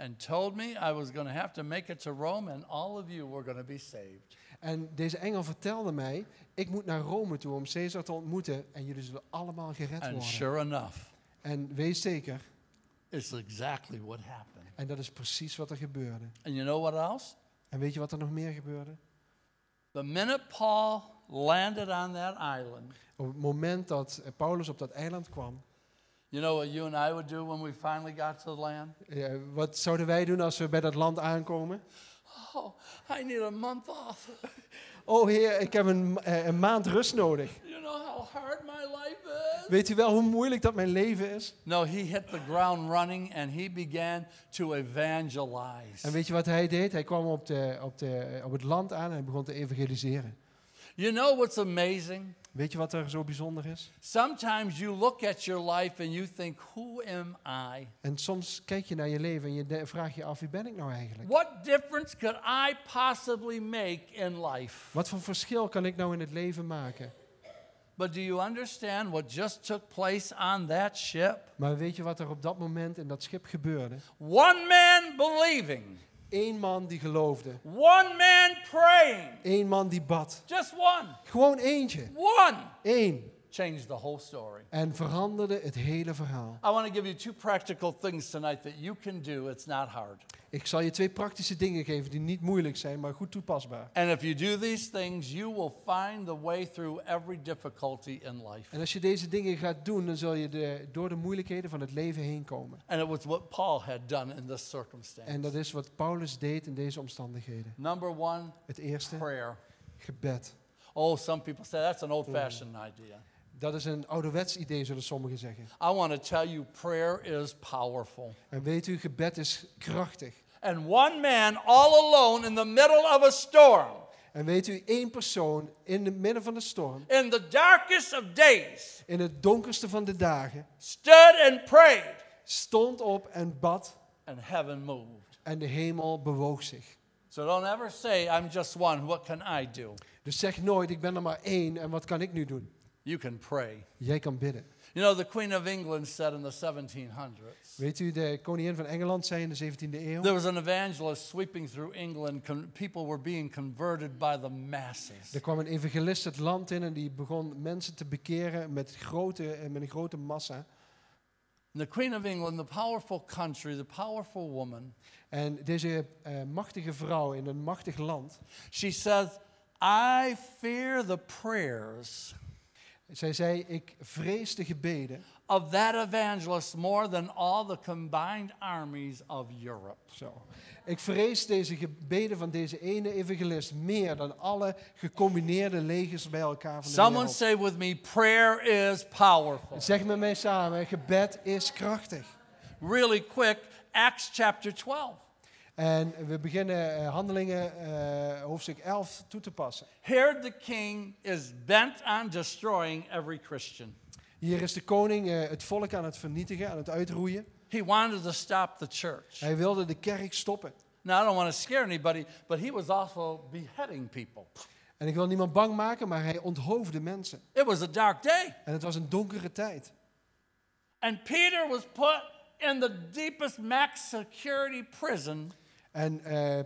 [SPEAKER 2] and told me I was going to have to make it to Rome and all of you were going to be saved.
[SPEAKER 1] En deze engel vertelde mij, ik moet naar Rome toe om Caesar te ontmoeten. En jullie zullen allemaal gered
[SPEAKER 2] And
[SPEAKER 1] worden.
[SPEAKER 2] sure enough,
[SPEAKER 1] En wees zeker,
[SPEAKER 2] it's exactly what happened.
[SPEAKER 1] en dat is precies wat er gebeurde.
[SPEAKER 2] And you know what else?
[SPEAKER 1] En weet je wat er nog meer gebeurde?
[SPEAKER 2] The minute Paul landed on that island,
[SPEAKER 1] Op het moment dat eh, Paulus op dat eiland kwam,
[SPEAKER 2] you know what you and I would do when we finally got to the land?
[SPEAKER 1] eh, wat zouden wij doen als we bij dat land aankomen?
[SPEAKER 2] Oh, I need a month off. *laughs*
[SPEAKER 1] Oh heer, ik heb een, ma- eh, een maand rust nodig.
[SPEAKER 2] You know how hard my life is?
[SPEAKER 1] Weet u wel hoe moeilijk dat mijn leven is?
[SPEAKER 2] No, he hit the ground running and he began to evangelize.
[SPEAKER 1] En weet je wat hij deed? Hij kwam op, de, op, de, op het land aan en hij begon te evangeliseren.
[SPEAKER 2] You know what's amazing?
[SPEAKER 1] Weet je wat er zo bijzonder is?
[SPEAKER 2] Sometimes you look at your life and you think, Who am I?
[SPEAKER 1] En soms kijk je naar je leven en je de- vraag je af, wie ben ik nou eigenlijk?
[SPEAKER 2] What difference could I possibly make in life?
[SPEAKER 1] Wat voor verschil kan ik nou in het leven maken?
[SPEAKER 2] But do you understand what just took place on that ship?
[SPEAKER 1] Maar weet je wat er op dat moment in dat schip gebeurde?
[SPEAKER 2] One man believing,
[SPEAKER 1] Eén man die geloofde.
[SPEAKER 2] one man praying,
[SPEAKER 1] Eén man die bad.
[SPEAKER 2] just one.
[SPEAKER 1] Gewoon eentje.
[SPEAKER 2] One
[SPEAKER 1] Eén.
[SPEAKER 2] changed the whole story.
[SPEAKER 1] En veranderde het hele verhaal.
[SPEAKER 2] I want to give you two practical things tonight that you can do. It's not hard.
[SPEAKER 1] Ik zal je twee praktische dingen geven die niet moeilijk zijn, maar goed toepasbaar.
[SPEAKER 2] And if you do these things, you will find the way through every difficulty in life.
[SPEAKER 1] En als je deze dingen gaat doen, dan zul je de, door de moeilijkheden van het leven heen komen.
[SPEAKER 2] And it was what Paul had done in this circumstance.
[SPEAKER 1] En dat is wat Paulus deed in deze omstandigheden.
[SPEAKER 2] Number one,
[SPEAKER 1] Het eerste,
[SPEAKER 2] prayer.
[SPEAKER 1] gebed.
[SPEAKER 2] Oh, some people say that's an old fashioned idea.
[SPEAKER 1] Dat is een ouderwets idee, zullen sommigen zeggen.
[SPEAKER 2] I want to tell you, prayer is powerful.
[SPEAKER 1] En weet u, gebed is krachtig.
[SPEAKER 2] And one man all alone in the middle of a storm,
[SPEAKER 1] En weet u, één persoon in het midden van de storm,
[SPEAKER 2] in the darkest of days,
[SPEAKER 1] in het donkerste van de dagen,
[SPEAKER 2] stood and prayed,
[SPEAKER 1] stond op en bad
[SPEAKER 2] and heaven moved.
[SPEAKER 1] en de hemel bewoog zich.
[SPEAKER 2] So don't ever say, I'm just one. What can I do?
[SPEAKER 1] Dus zeg nooit, ik ben er maar één en wat kan ik nu doen?
[SPEAKER 2] You can pray.
[SPEAKER 1] Jij kan bidden.
[SPEAKER 2] You know, the Queen of England said in the 1700s,
[SPEAKER 1] Weet u, de koningin van Engeland zei in de 17e eeuw,
[SPEAKER 2] there was an evangelist sweeping through England. Con- people were being converted by the masses.
[SPEAKER 1] er kwam een evangelist het land in en die begon mensen te bekeren met, grote, eh, met een grote massa.
[SPEAKER 2] And the Queen of England, the powerful country, the powerful woman,
[SPEAKER 1] En deze eh, machtige vrouw in een machtig land,
[SPEAKER 2] she says, I fear the prayers
[SPEAKER 1] zij zei, ik vrees de gebeden.
[SPEAKER 2] of that evangelist more than all the combined armies of Europe.
[SPEAKER 1] Zo. Ik vrees deze gebeden van deze ene evangelist meer dan alle gecombineerde legers bij elkaar van de
[SPEAKER 2] Someone
[SPEAKER 1] wereld.
[SPEAKER 2] say with me, prayer is powerful.
[SPEAKER 1] Zeg met mij samen, gebed is krachtig.
[SPEAKER 2] Really quick, Acts chapter 12.
[SPEAKER 1] En we beginnen eh, handelingen eh, hoofdstuk 11 toe te passen.
[SPEAKER 2] Herod the king is bent on destroying every Christian.
[SPEAKER 1] Hier is de koning eh, het volk aan het vernietigen, aan het uitroeien.
[SPEAKER 2] He wanted to stop the church.
[SPEAKER 1] Hij wilde de kerk stoppen.
[SPEAKER 2] Now, I don't want to scare anybody, but he was also beheading people.
[SPEAKER 1] En ik wil niemand bang maken, maar hij onthoofde mensen.
[SPEAKER 2] It was a dark day.
[SPEAKER 1] En het was een donkere tijd.
[SPEAKER 2] And Peter was put in the deepest max security prison.
[SPEAKER 1] En eh,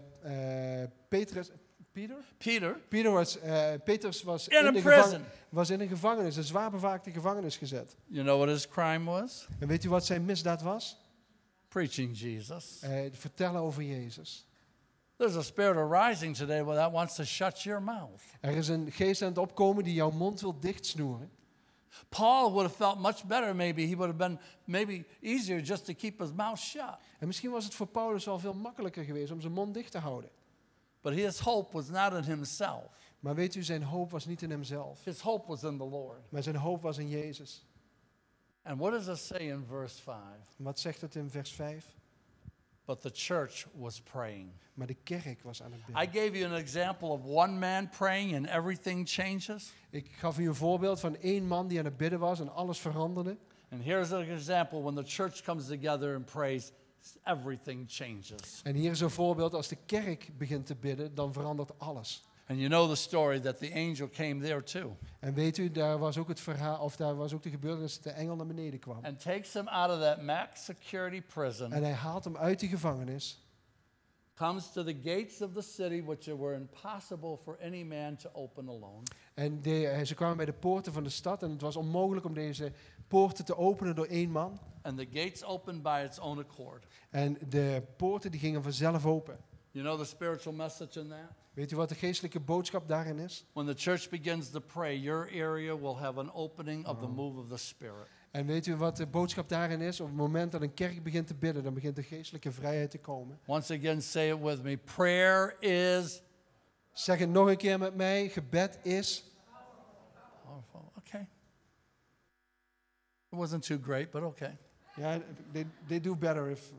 [SPEAKER 1] eh, Petrus, Peter?
[SPEAKER 2] Peter,
[SPEAKER 1] Peter was, eh, Peters was
[SPEAKER 2] In
[SPEAKER 1] in,
[SPEAKER 2] a
[SPEAKER 1] de
[SPEAKER 2] prison.
[SPEAKER 1] gevangen- was in een gevangenis, een zwaar bewaakte gevangenis gezet.
[SPEAKER 2] you know what his crime was?
[SPEAKER 1] En weet u wat zijn misdaad was?
[SPEAKER 2] Preaching Jesus.
[SPEAKER 1] Eh, het vertellen over Jezus.
[SPEAKER 2] There's a spirit arising today that wants to shut your mouth.
[SPEAKER 1] Er is een geest aan het opkomen die jouw mond wil dichtsnoeren.
[SPEAKER 2] Paul would have felt much better, maybe. He would have been maybe easier just to keep his mouth shut.
[SPEAKER 1] En misschien was het voor Paulus wel veel makkelijker geweest om zijn mond dicht te houden.
[SPEAKER 2] But his hope was not in himself,
[SPEAKER 1] Maar weet u, zijn hoop was niet in hemzelf,
[SPEAKER 2] his hope was in the Lord.
[SPEAKER 1] maar zijn hoop was in Jezus.
[SPEAKER 2] And what does it say in verse 5?
[SPEAKER 1] En wat zegt het in vers 5?
[SPEAKER 2] But the church was praying.
[SPEAKER 1] Maar de kerk was aan het bidden.
[SPEAKER 2] I gave you an example of one man praying and everything changes.
[SPEAKER 1] Ik gaf u een voorbeeld van één man die aan het bidden was en alles veranderde.
[SPEAKER 2] And here's an example when the church comes together and prays, everything changes.
[SPEAKER 1] En hier is een voorbeeld, als de kerk begint te bidden, dan verandert alles.
[SPEAKER 2] And you know the story that the angel came there too
[SPEAKER 1] En weet u, daar was ook het verhaal, of daar was ook de gebeurtenis dat de engel naar beneden kwam.
[SPEAKER 2] and takes him out of that max security prison.
[SPEAKER 1] En hij haalt hem uit die gevangenis
[SPEAKER 2] comes to the gates of the city which it were impossible for any man to open alone.
[SPEAKER 1] En de- eh, ze kwamen bij de poorten van de stad en het was onmogelijk om deze poorten te openen door één man.
[SPEAKER 2] And the gates opened by its own accord.
[SPEAKER 1] En de poorten die gingen vanzelf open.
[SPEAKER 2] You know the spiritual message in that?
[SPEAKER 1] Weet u wat de geestelijke boodschap daarin is?
[SPEAKER 2] When the church begins to pray, your area will have an opening of the move of the Spirit.
[SPEAKER 1] En weet u wat de boodschap daarin is? Op het moment dat een kerk begint te bidden, dan begint de geestelijke vrijheid te komen.
[SPEAKER 2] Once again, say it with me prayer is
[SPEAKER 1] Zeg het nog een keer met mij. Gebed is.
[SPEAKER 2] powerful. Okay. It wasn't too great, but okay.
[SPEAKER 1] Ja, they, they do better if.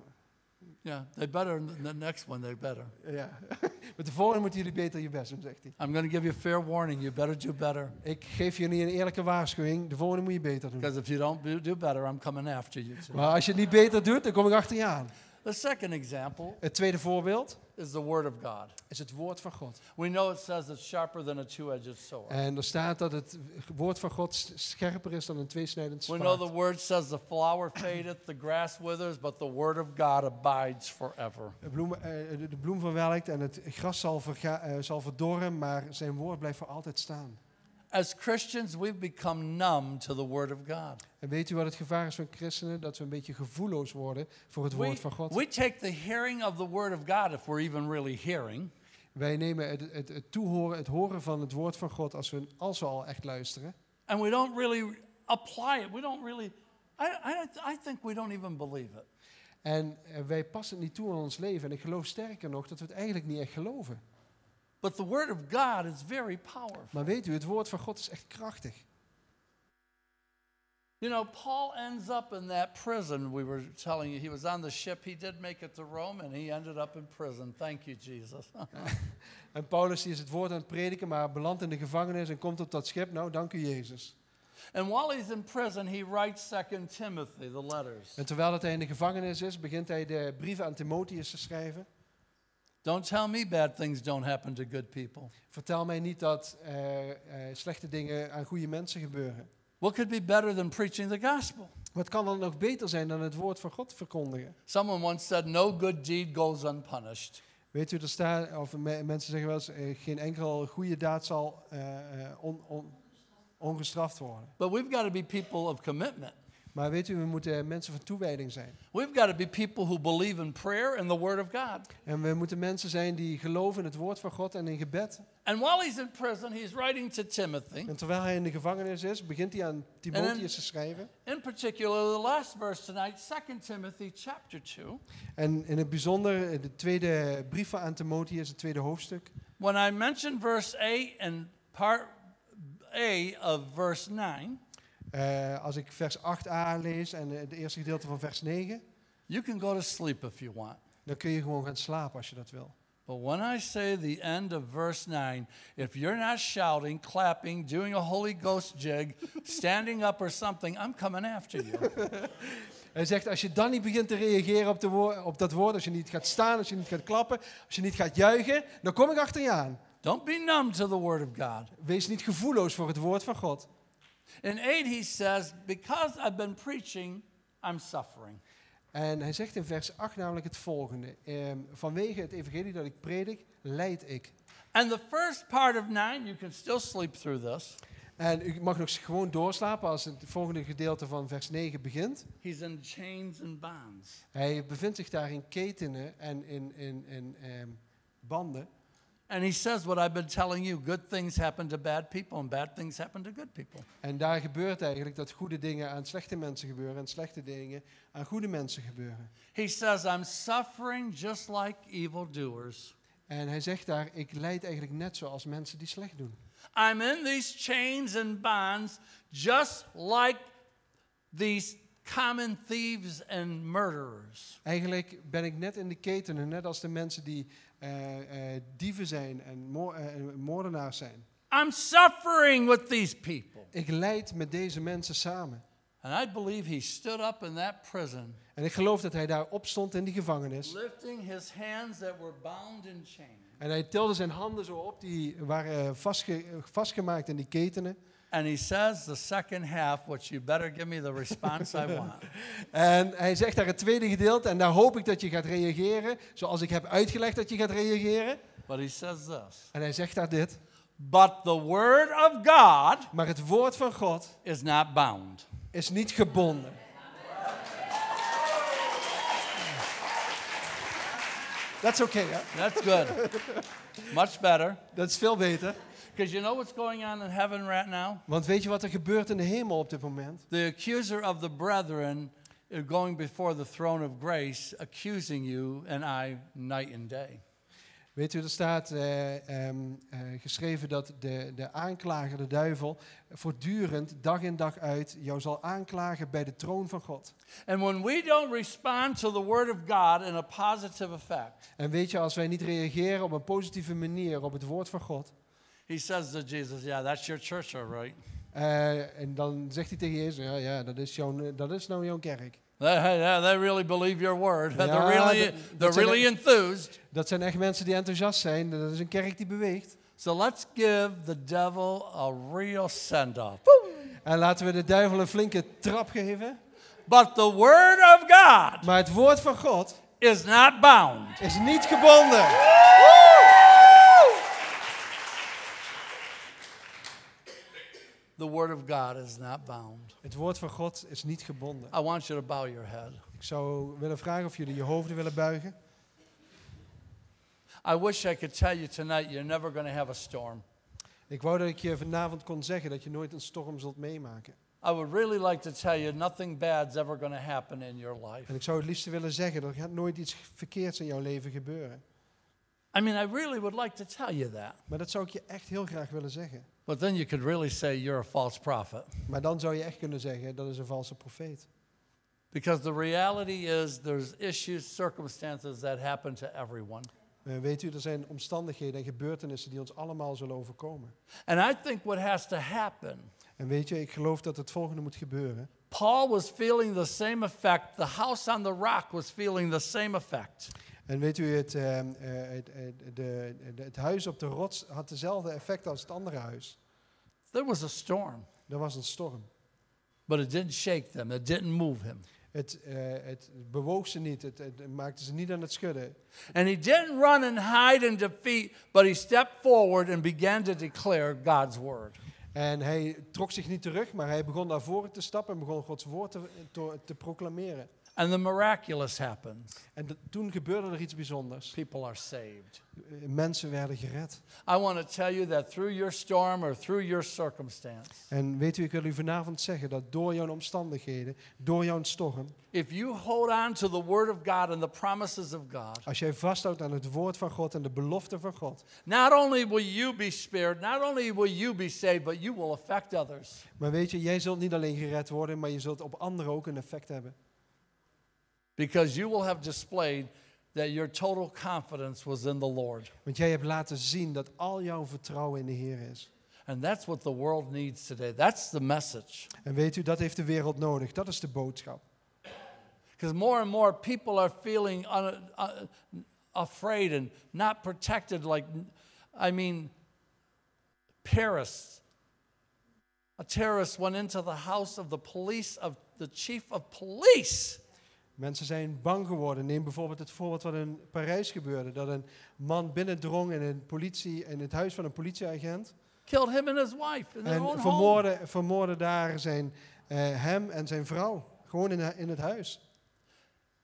[SPEAKER 2] Yeah, they better, the next one, they better.
[SPEAKER 1] Ja. *laughs* Met de volgende moeten jullie beter je best doen, zegt hij.
[SPEAKER 2] I'm going to give you fair warning. You better do better.
[SPEAKER 1] Ik geef jullie een eerlijke waarschuwing. De volgende moet je beter doen.
[SPEAKER 2] Because if you don't do- do better, I'm coming after you. Too.
[SPEAKER 1] Maar als je het niet beter doet, dan kom ik achter je aan.
[SPEAKER 2] The second example
[SPEAKER 1] Het tweede voorbeeld
[SPEAKER 2] is the Word of God.
[SPEAKER 1] is het woord van God.
[SPEAKER 2] We know it says it's sharper than a two edged sword.
[SPEAKER 1] En er staat dat het woord van God s- scherper is dan een tweesnijdend
[SPEAKER 2] We know
[SPEAKER 1] zwaard.
[SPEAKER 2] the Word says the flower fadeth, the grass withers, but the Word of God abides forever.
[SPEAKER 1] De bloem, eh, de de bloem verwelkt en het gras zal, verga, eh, zal verdorren, maar zijn woord blijft voor altijd staan.
[SPEAKER 2] As Christians, we've become numb to the Word of God.
[SPEAKER 1] En weet u wat het gevaar is van christenen? Dat we een beetje gevoelloos worden voor het
[SPEAKER 2] We,
[SPEAKER 1] woord van God.
[SPEAKER 2] we take the hearing of the Word of God, if we're even really hearing,
[SPEAKER 1] Wij nemen het, het, het toehoren, het horen van het woord van God als we, als we al echt luisteren.
[SPEAKER 2] and we don't really apply it. We don't really, I, I, don't- I think we don't even believe it.
[SPEAKER 1] En eh, wij passen het niet toe aan ons leven. En ik geloof sterker nog dat we het eigenlijk niet echt geloven.
[SPEAKER 2] But the Word of God is very powerful.
[SPEAKER 1] Maar weet u, het woord van God is echt krachtig.
[SPEAKER 2] You know, Paul ends up in that prison we were telling you. He was on the ship. He did make it to Rome and he ended up in prison. Thank you, Jesus. *laughs*
[SPEAKER 1] En Paulus die is het woord aan het prediken, maar belandt in de gevangenis en komt op dat schip. Nou, dank u Jezus.
[SPEAKER 2] and while he's in prison, he writes 2 Timothy, the letters.
[SPEAKER 1] En terwijl dat hij in de gevangenis is, begint hij de brieven aan Timotheus te schrijven.
[SPEAKER 2] Don't tell me bad things don't happen to good people.
[SPEAKER 1] Vertel mij niet dat eh, eh, slechte dingen aan goede mensen gebeuren.
[SPEAKER 2] What could be better than preaching the gospel?
[SPEAKER 1] Wat kan dan nog beter zijn dan het woord van God verkondigen?
[SPEAKER 2] Someone once said, No good deed goes unpunished.
[SPEAKER 1] Weet u, er staat, of me- mensen zeggen wel eens, eh, geen enkel goede daad zal eh, eh, on- on- ongestraft worden.
[SPEAKER 2] But we've got to be people of commitment.
[SPEAKER 1] Maar weet u, we moeten mensen van toewijding zijn.
[SPEAKER 2] We've got to be people who believe in prayer and the Word of God.
[SPEAKER 1] En we moeten mensen zijn die geloven in het woord van God en in gebed.
[SPEAKER 2] And while he's in prison, he's writing to Timothy.
[SPEAKER 1] En terwijl hij in de gevangenis is, begint hij aan Timotheus te schrijven.
[SPEAKER 2] In particular, the last verse tonight, 2 Timothy chapter 2.
[SPEAKER 1] En in het bijzonder eh, de tweede brief aan Timotheus, het tweede hoofdstuk.
[SPEAKER 2] When I mentioned verse 8 and part A of verse 9,
[SPEAKER 1] Eh, als ik vers 8a lees en eh, het eerste gedeelte van vers 9,
[SPEAKER 2] you can go to sleep if you want.
[SPEAKER 1] Dan kun je gewoon gaan slapen als je dat wil.
[SPEAKER 2] But when I say the end of verse 9, if you're not shouting, clapping, doing a Holy Ghost jig, *laughs* standing up or something, I'm coming after you. *laughs*
[SPEAKER 1] Hij zegt, als je dan niet begint te reageren op, de woor- op dat woord, als je niet gaat staan, als je niet gaat klappen, als je niet gaat juichen, dan kom ik achter je aan.
[SPEAKER 2] Don't be numb to the Word of God.
[SPEAKER 1] Wees niet gevoelloos voor het woord van God.
[SPEAKER 2] In 8, he says, Because I've been preaching, I'm suffering.
[SPEAKER 1] En hij zegt in vers 8 namelijk het volgende. ehm, vanwege het evangelie dat ik predik, leid ik.
[SPEAKER 2] And the first part of 9, you can still sleep through this.
[SPEAKER 1] En u mag nog gewoon doorslapen als het volgende gedeelte van vers 9 begint.
[SPEAKER 2] He's in chains and bonds.
[SPEAKER 1] Hij bevindt zich daar in ketenen en in, in, in ehm, banden.
[SPEAKER 2] And he says what I've been telling you good things happen to bad people, and bad things happen to good people.
[SPEAKER 1] En daar gebeurt eigenlijk dat goede dingen aan slechte mensen gebeuren en slechte dingen aan goede mensen gebeuren.
[SPEAKER 2] He says, I'm suffering just like evildoers.
[SPEAKER 1] En hij zegt daar, ik leid eigenlijk net zoals mensen die slecht doen.
[SPEAKER 2] I'm in these chains and bonds just like these common thieves and murderers.
[SPEAKER 1] Eigenlijk ben ik net in de ketenen, net als de mensen die eh, eh, dieven zijn en moor- eh, eh, moordenaars zijn.
[SPEAKER 2] I'm suffering with these people.
[SPEAKER 1] Ik leid met deze mensen samen.
[SPEAKER 2] And I believe he stood up in that prison,
[SPEAKER 1] En ik geloof dat hij daar opstond in die gevangenis.
[SPEAKER 2] lifting his hands that were bound in chains.
[SPEAKER 1] En hij tilde zijn handen zo op, die waren vastge- vastgemaakt in die ketenen.
[SPEAKER 2] And he says the second half, which you better give me the response I want.
[SPEAKER 1] En hij zegt daar het tweede gedeelte, en daar hoop ik dat je gaat reageren, zoals ik heb uitgelegd dat je gaat reageren.
[SPEAKER 2] But he says this
[SPEAKER 1] En hij zegt daar dit,
[SPEAKER 2] But the word of God
[SPEAKER 1] maar het woord van God
[SPEAKER 2] is not bound.
[SPEAKER 1] is niet gebonden. Dat is oké, hè?
[SPEAKER 2] That's good. Much better.
[SPEAKER 1] Dat is veel beter.
[SPEAKER 2] Because you know what's going on in heaven right now?
[SPEAKER 1] Want weet je wat er gebeurt in de hemel op dit moment?
[SPEAKER 2] The accuser of the brethren is going before the throne of grace, accusing you and I night and day.
[SPEAKER 1] Weet u, er staat eh, ehm, eh, geschreven dat de, de aanklager, de duivel, voortdurend, dag in dag uit, jou zal aanklagen bij de troon van God.
[SPEAKER 2] And when we don't respond to the word of God in a positive effect,
[SPEAKER 1] En weet je, als wij niet reageren op een positieve manier op het woord van God,
[SPEAKER 2] he says to Jesus, Yeah, that's your church, all right.
[SPEAKER 1] eh, en dan zegt hij tegen Jezus, ja, ja dat, is jouw, dat is nou jouw kerk.
[SPEAKER 2] They, hey, yeah, they really believe your word. *laughs*
[SPEAKER 1] Yeah,
[SPEAKER 2] they're really,
[SPEAKER 1] th-
[SPEAKER 2] they're
[SPEAKER 1] that's an-
[SPEAKER 2] really enthused.
[SPEAKER 1] Dat zijn echt mensen die enthousiast zijn, dat is een kerk die beweegt.
[SPEAKER 2] So let's give the devil a real send off.
[SPEAKER 1] En laten we de duivel een flinke trap geven.
[SPEAKER 2] But the word of God
[SPEAKER 1] Maar het woord van God
[SPEAKER 2] is not bound.
[SPEAKER 1] is niet gebonden.
[SPEAKER 2] The word of God is not bound.
[SPEAKER 1] Het woord van God is niet gebonden.
[SPEAKER 2] I want you to bow your head.
[SPEAKER 1] Ik zou willen vragen of jullie je hoofden willen buigen.
[SPEAKER 2] I wish I could tell you tonight you're never going to have a storm.
[SPEAKER 1] Ik wou dat ik je vanavond kon zeggen dat je nooit een storm zult meemaken.
[SPEAKER 2] I would really like to tell you nothing bad's ever going to happen in your life.
[SPEAKER 1] En ik zou het liefst willen zeggen, er gaat nooit iets verkeerds in jouw leven gebeuren.
[SPEAKER 2] I mean, I really would like to tell you that.
[SPEAKER 1] Maar dat zou ik je echt heel graag willen zeggen.
[SPEAKER 2] But then you could really say you're a false prophet.
[SPEAKER 1] Maar dan zou je echt kunnen zeggen, dat is een valse profeet.
[SPEAKER 2] Because the reality is there's issues, circumstances that happen to everyone.
[SPEAKER 1] Eh, weet u, er zijn omstandigheden en gebeurtenissen die ons allemaal zullen overkomen.
[SPEAKER 2] And I think what has to happen,
[SPEAKER 1] En weet je, ik geloof dat het volgende moet gebeuren.
[SPEAKER 2] Paul was feeling the same effect. The house on the rock was feeling the same effect.
[SPEAKER 1] En weet u, het, eh, eh, het, het- de, de- het huis op de rots had dezelfde effect als het andere huis.
[SPEAKER 2] There was a storm,
[SPEAKER 1] Er was een storm.
[SPEAKER 2] but it didn't shake them, it didn't move him.
[SPEAKER 1] Het, eh, het bewoog ze niet, het, het maakte ze niet aan het schudden.
[SPEAKER 2] And he didn't run and hide in defeat, but he stepped forward and began to declare God's word.
[SPEAKER 1] En hij trok zich niet terug, maar hij begon naar voren te stappen en begon Gods woord te, te, te proclameren.
[SPEAKER 2] And the miraculous happens.
[SPEAKER 1] En dat- toen gebeurde er iets bijzonders.
[SPEAKER 2] People are saved.
[SPEAKER 1] Eh, Mensen werden gered.
[SPEAKER 2] I want to tell you that through your storm or through your circumstance,
[SPEAKER 1] En weet u, ik wil u vanavond zeggen dat door jouw omstandigheden, door jouw storm,
[SPEAKER 2] if you hold on to the word of God and the promises of God,
[SPEAKER 1] als jij vasthoudt aan het woord van God en de belofte van God,
[SPEAKER 2] Not only will you be spared, not only will you be saved, but you will affect others.
[SPEAKER 1] maar weet je, jij zult niet alleen gered worden, maar je zult op anderen ook een effect hebben.
[SPEAKER 2] Because you will have displayed that your total confidence was in the Lord.
[SPEAKER 1] Want jij hebt laten zien dat al jouw vertrouwen in de Heer is.
[SPEAKER 2] And that's what the world needs today. That's the message.
[SPEAKER 1] En weet u, dat heeft de wereld nodig. Dat is de boodschap.
[SPEAKER 2] Because more and more people are feeling un, uh, afraid and not protected. Like, I mean, Paris. A terrorist went into the house of the police, of the chief of police.
[SPEAKER 1] Mensen zijn bang geworden. Neem bijvoorbeeld het voorbeeld wat in Parijs gebeurde. Dat een man binnendrong in, een politie, in het huis van een politieagent.
[SPEAKER 2] Killed him and his wife in their own
[SPEAKER 1] En
[SPEAKER 2] home.
[SPEAKER 1] vermoorden, vermoorden daar zijn, eh, hem en zijn vrouw. Gewoon in, in het huis.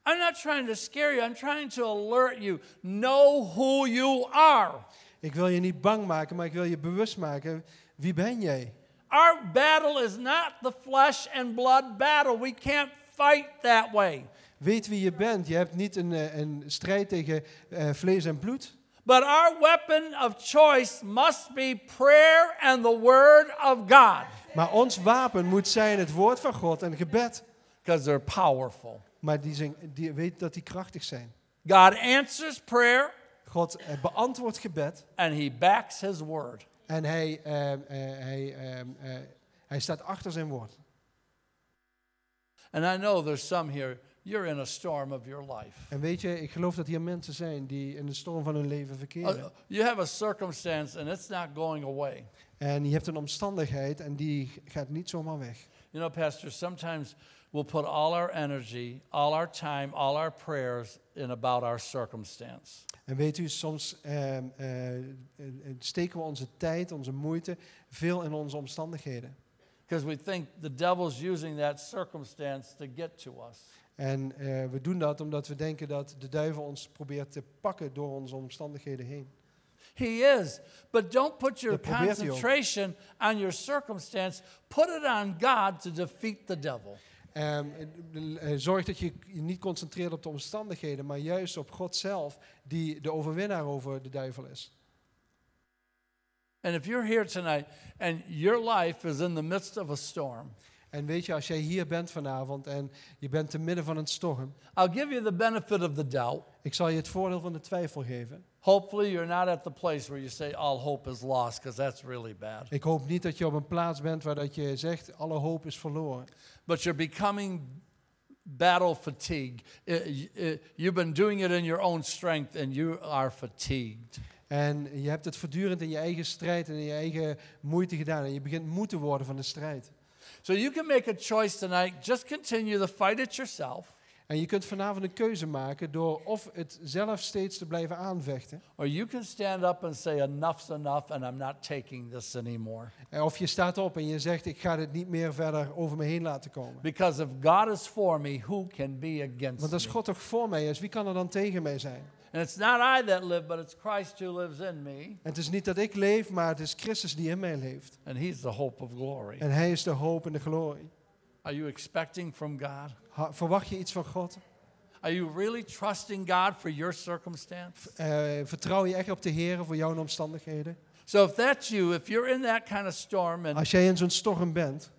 [SPEAKER 2] I'm not trying to scare you. I'm trying to alert you. Know who you are.
[SPEAKER 1] Ik wil je niet bang maken, maar ik wil je bewust maken. Wie ben jij?
[SPEAKER 2] Our battle is not the flesh and blood battle. We can't fight that way.
[SPEAKER 1] Weet wie je bent. Je hebt niet een, eh, een strijd tegen eh, vlees en bloed.
[SPEAKER 2] But our weapon of choice must be prayer and the word of God
[SPEAKER 1] Maar ons wapen moet zijn het woord van God en gebed.
[SPEAKER 2] because they're powerful.
[SPEAKER 1] Maar die, zijn, die weet dat die krachtig zijn.
[SPEAKER 2] God answers prayer
[SPEAKER 1] God eh, beantwoordt gebed
[SPEAKER 2] and he backs his word.
[SPEAKER 1] en hij, eh, eh, hij, eh, eh, hij staat achter zijn woord.
[SPEAKER 2] And I know there's some here, you're in a storm of your life.
[SPEAKER 1] En weet je, ik geloof dat hier mensen zijn die in de storm van hun leven verkeren.
[SPEAKER 2] Uh, You have a circumstance and it's not going away.
[SPEAKER 1] En je hebt een omstandigheid en die gaat niet zomaar weg.
[SPEAKER 2] You know, Pastor, sometimes we'll put all our energy, all our time, all our prayers in about our circumstance.
[SPEAKER 1] En weet u, soms eh, eh, eh, steken we onze tijd, onze moeite, veel in onze omstandigheden.
[SPEAKER 2] Because we think the devil's using that circumstance to get to us.
[SPEAKER 1] En eh, we doen dat omdat we denken dat de duivel ons probeert te pakken door onze omstandigheden heen.
[SPEAKER 2] He is. But don't put your
[SPEAKER 1] Dat probeert hij ook.
[SPEAKER 2] concentration on your circumstance. Put it on God to defeat the devil.
[SPEAKER 1] Ehm, eh, eh, zorg dat je je niet concentreert op de omstandigheden, maar juist op God zelf, die de overwinnaar over de duivel is.
[SPEAKER 2] And if you're here tonight and your life is in the midst of a storm,
[SPEAKER 1] En weet je, als jij hier bent vanavond en je bent te midden van een storm,
[SPEAKER 2] I'll give you the benefit of the doubt.
[SPEAKER 1] ik zal je het voordeel van de twijfel geven.
[SPEAKER 2] Hopefully, you're not at the place where you say all hope is lost, because that's really bad.
[SPEAKER 1] Ik hoop niet dat je op een plaats bent waar dat je zegt, alle hoop is verloren.
[SPEAKER 2] But you're becoming battle fatigue. I- I- You've been doing it in your own strength, and you are fatigued.
[SPEAKER 1] En je hebt het voortdurend in je eigen strijd en in je eigen moeite gedaan. En je begint moe te worden van de strijd.
[SPEAKER 2] So you can make a choice tonight. Just continue the fight at yourself,
[SPEAKER 1] En je kunt vanavond een keuze maken door of het zelf steeds te blijven aanvechten.
[SPEAKER 2] or you can stand up and say, Enough's enough, and I'm not taking this anymore.
[SPEAKER 1] Eh, Of je staat op en je zegt, ik ga dit niet meer verder over me heen laten komen.
[SPEAKER 2] Because if God is for me, who can be against
[SPEAKER 1] Want als
[SPEAKER 2] me?
[SPEAKER 1] God toch voor mij is, wie kan er dan tegen mij zijn?
[SPEAKER 2] And it's not I that live, but it's Christ who lives in me,
[SPEAKER 1] En het is niet dat ik leef, maar het is Christus die in mij leeft.
[SPEAKER 2] and He's the hope of glory.
[SPEAKER 1] En hij is de hoop en de glorie.
[SPEAKER 2] Are you expecting from God?
[SPEAKER 1] Ha- verwacht je iets van God?
[SPEAKER 2] Are you really trusting God for your circumstance?
[SPEAKER 1] Eh, vertrouw je echt op de Heer voor jouw omstandigheden?
[SPEAKER 2] So if that's you, if you're in that kind of storm, and
[SPEAKER 1] Als jij in zo'n storm bent,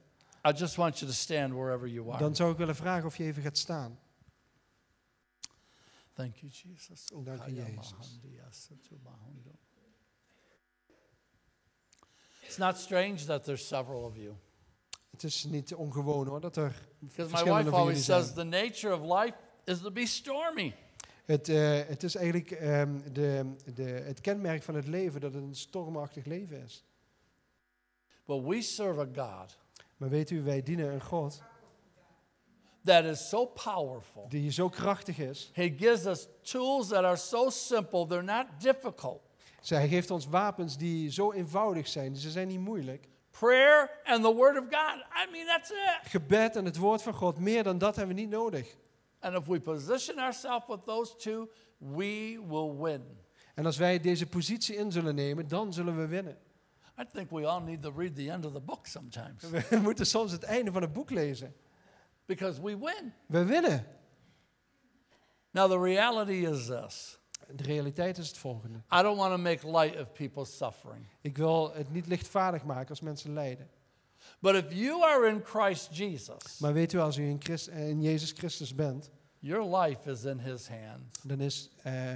[SPEAKER 2] I just want you to stand wherever you are.
[SPEAKER 1] dan zou ik willen vragen of je even gaat staan.
[SPEAKER 2] Thank you, Jesus.
[SPEAKER 1] Dank u, Jezus.
[SPEAKER 2] It's not strange that there's several of you.
[SPEAKER 1] Het is niet ongewoon hoor, dat er
[SPEAKER 2] Because my
[SPEAKER 1] verschillende van
[SPEAKER 2] wife
[SPEAKER 1] jullie
[SPEAKER 2] always
[SPEAKER 1] zijn.
[SPEAKER 2] says the nature of life is to be stormy.
[SPEAKER 1] Het, eh, het is eigenlijk ehm, de, de, het kenmerk van het leven dat het een stormachtig leven is.
[SPEAKER 2] But we serve a God
[SPEAKER 1] Maar weet u, wij dienen een God
[SPEAKER 2] that is so powerful.
[SPEAKER 1] die zo krachtig is.
[SPEAKER 2] He gives us tools that are so simple, they're not difficult.
[SPEAKER 1] Zij geeft ons wapens die zo eenvoudig zijn, ze zijn niet moeilijk.
[SPEAKER 2] Prayer and the Word of God. I mean, that's it.
[SPEAKER 1] Gebed en het woord van God, meer dan dat hebben we niet nodig.
[SPEAKER 2] And if we position ourselves with those two, we will win.
[SPEAKER 1] En als wij deze positie in zullen nemen, dan zullen we winnen.
[SPEAKER 2] I think we all need to read the end of the book sometimes
[SPEAKER 1] *laughs* We moeten soms het einde van het boek lezen.
[SPEAKER 2] because we win.
[SPEAKER 1] We winnen.
[SPEAKER 2] Now, the reality is this
[SPEAKER 1] De realiteit is het volgende.
[SPEAKER 2] I don't want to make light of people's suffering.
[SPEAKER 1] Ik wil het niet lichtvaardig maken als mensen lijden.
[SPEAKER 2] But if you are in Christ Jesus,
[SPEAKER 1] Maar weet u, als u in, Christ, in Jezus Christus bent,
[SPEAKER 2] Your life is in his hands,
[SPEAKER 1] dan is eh,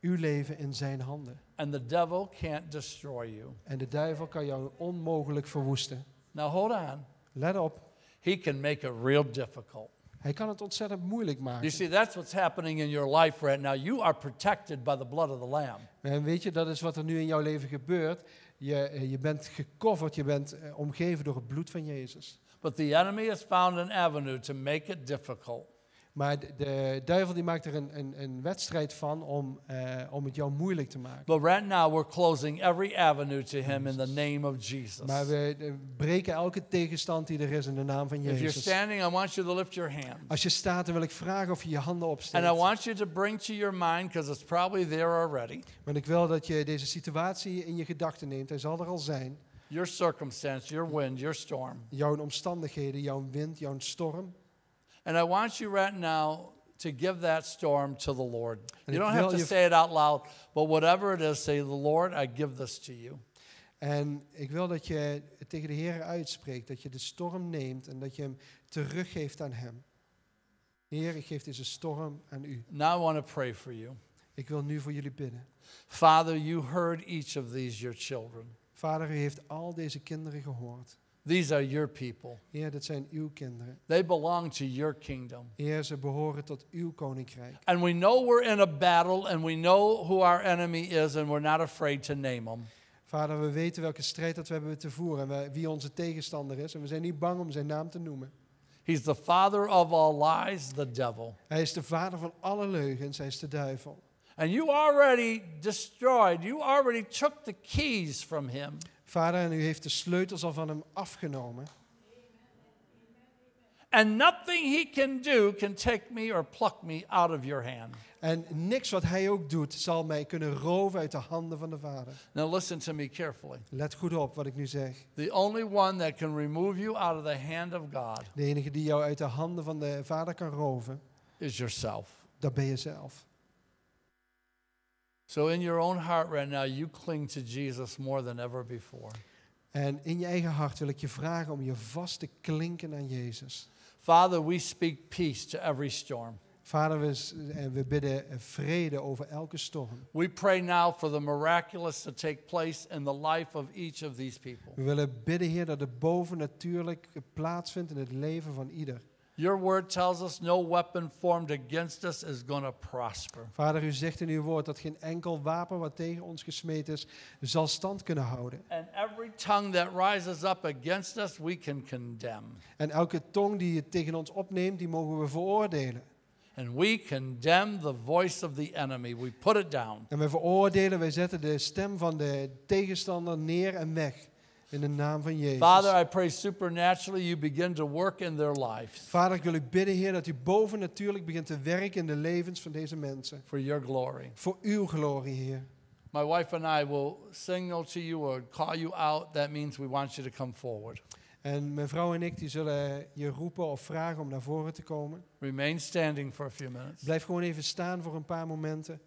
[SPEAKER 1] uw leven in zijn handen.
[SPEAKER 2] and the devil can't destroy you.
[SPEAKER 1] En de duivel kan jou onmogelijk verwoesten.
[SPEAKER 2] Now, hold on.
[SPEAKER 1] Let op,
[SPEAKER 2] He can make it real difficult.
[SPEAKER 1] hij kan het ontzettend moeilijk maken.
[SPEAKER 2] You see, that's what's happening in your life right now. You are protected by the blood of the Lamb.
[SPEAKER 1] En weet je, dat is wat er nu in jouw leven gebeurt. Je, eh, je bent gecoverd, je bent eh, omgeven door het bloed van Jezus.
[SPEAKER 2] But the enemy has found an avenue to make it difficult.
[SPEAKER 1] Maar de, de duivel die maakt er een, een, een wedstrijd van om, eh, om het jou moeilijk te maken.
[SPEAKER 2] But right now, we're closing every avenue to him in the name of Jesus.
[SPEAKER 1] Maar we eh, breken elke tegenstand die er is in de naam van
[SPEAKER 2] If you're
[SPEAKER 1] Jezus.
[SPEAKER 2] standing, I want you to lift your hand.
[SPEAKER 1] Als je staat, dan wil ik vragen of je je handen opsteekt.
[SPEAKER 2] And I want you to bring to your mind, because it's probably there already,
[SPEAKER 1] Want ik wil dat je deze situatie in je gedachten neemt. Hij zal er al zijn.
[SPEAKER 2] your circumstance, your wind, your storm.
[SPEAKER 1] Jouw omstandigheden, jouw wind, jouw storm.
[SPEAKER 2] And I want you right now to give that storm to the Lord.
[SPEAKER 1] En
[SPEAKER 2] you
[SPEAKER 1] ik
[SPEAKER 2] don't have
[SPEAKER 1] wil
[SPEAKER 2] to
[SPEAKER 1] je-
[SPEAKER 2] say it out loud, but whatever it is, say, The Lord, I give this to you.
[SPEAKER 1] En ik wil dat je het tegen de Heer uitspreekt. Dat je de storm neemt en dat je hem teruggeeft aan hem. Heer, ik geef deze storm aan u.
[SPEAKER 2] Now I want to pray for you.
[SPEAKER 1] Ik wil nu voor jullie bidden.
[SPEAKER 2] Father, you heard each of these, your children.
[SPEAKER 1] Vader, u heeft al deze kinderen gehoord.
[SPEAKER 2] These are your people.
[SPEAKER 1] Heer, dit zijn uw kinderen.
[SPEAKER 2] They belong to your kingdom.
[SPEAKER 1] Heer, ze behoren tot uw koninkrijk.
[SPEAKER 2] And we know we're in a battle and we know who our enemy is and we're not afraid to name him.
[SPEAKER 1] Vader, we weten welke strijd dat we hebben te voeren en wij- wie onze tegenstander is. En we zijn niet bang om zijn naam te noemen.
[SPEAKER 2] He's the father of all lies, the devil.
[SPEAKER 1] Hij is de vader van alle leugens, hij is de duivel.
[SPEAKER 2] And you already destroyed, you already took the keys from him.
[SPEAKER 1] Vader, en u heeft de sleutels al van hem afgenomen.
[SPEAKER 2] And nothing he can do can take me or pluck me out of your hand.
[SPEAKER 1] En niks wat hij ook doet zal mij kunnen roven uit de handen van de vader.
[SPEAKER 2] Now, listen to me carefully.
[SPEAKER 1] Let goed op wat ik nu zeg.
[SPEAKER 2] The only one that can remove you out of the hand of God
[SPEAKER 1] De enige die jou uit de handen van de vader kan roven,
[SPEAKER 2] is yourself.
[SPEAKER 1] dat ben je zelf.
[SPEAKER 2] So, in your own heart right now, you cling to Jesus more than ever before.
[SPEAKER 1] En in je eigen hart wil ik je vragen om je vast te klinken aan Jezus.
[SPEAKER 2] Father, we speak peace to every storm.
[SPEAKER 1] Vader, we, s- en we bidden vrede over elke storm.
[SPEAKER 2] We pray now for the miraculous to take place in the life of each of these people.
[SPEAKER 1] We willen bidden, Heer, dat het bovennatuurlijk plaatsvindt in het leven van ieder.
[SPEAKER 2] Your word tells us no weapon formed against us is going to prosper.
[SPEAKER 1] Vader, u zegt in uw woord dat geen enkel wapen wat tegen ons gesmeed is, zal stand kunnen houden.
[SPEAKER 2] And every tongue that rises up against us, we can condemn.
[SPEAKER 1] En elke tong die het tegen ons opneemt, die mogen we veroordelen.
[SPEAKER 2] And we condemn the voice of the enemy. We put it down.
[SPEAKER 1] En we veroordelen, wij zetten de stem van de tegenstander neer en weg. In de naam van Jezus.
[SPEAKER 2] Father, I pray supernaturally you begin to work in their lives
[SPEAKER 1] Vader, ik wil u bidden, Heer, dat u bovennatuurlijk begint te werken in de levens van deze mensen.
[SPEAKER 2] for your glory.
[SPEAKER 1] Voor uw glorie, Heer.
[SPEAKER 2] My wife and I will signal to you or call you out. That means we want you to come forward.
[SPEAKER 1] En mijn vrouw en ik die zullen je roepen of vragen om naar voren te komen.
[SPEAKER 2] Remain standing for a few minutes.
[SPEAKER 1] Blijf gewoon even staan voor een paar momenten.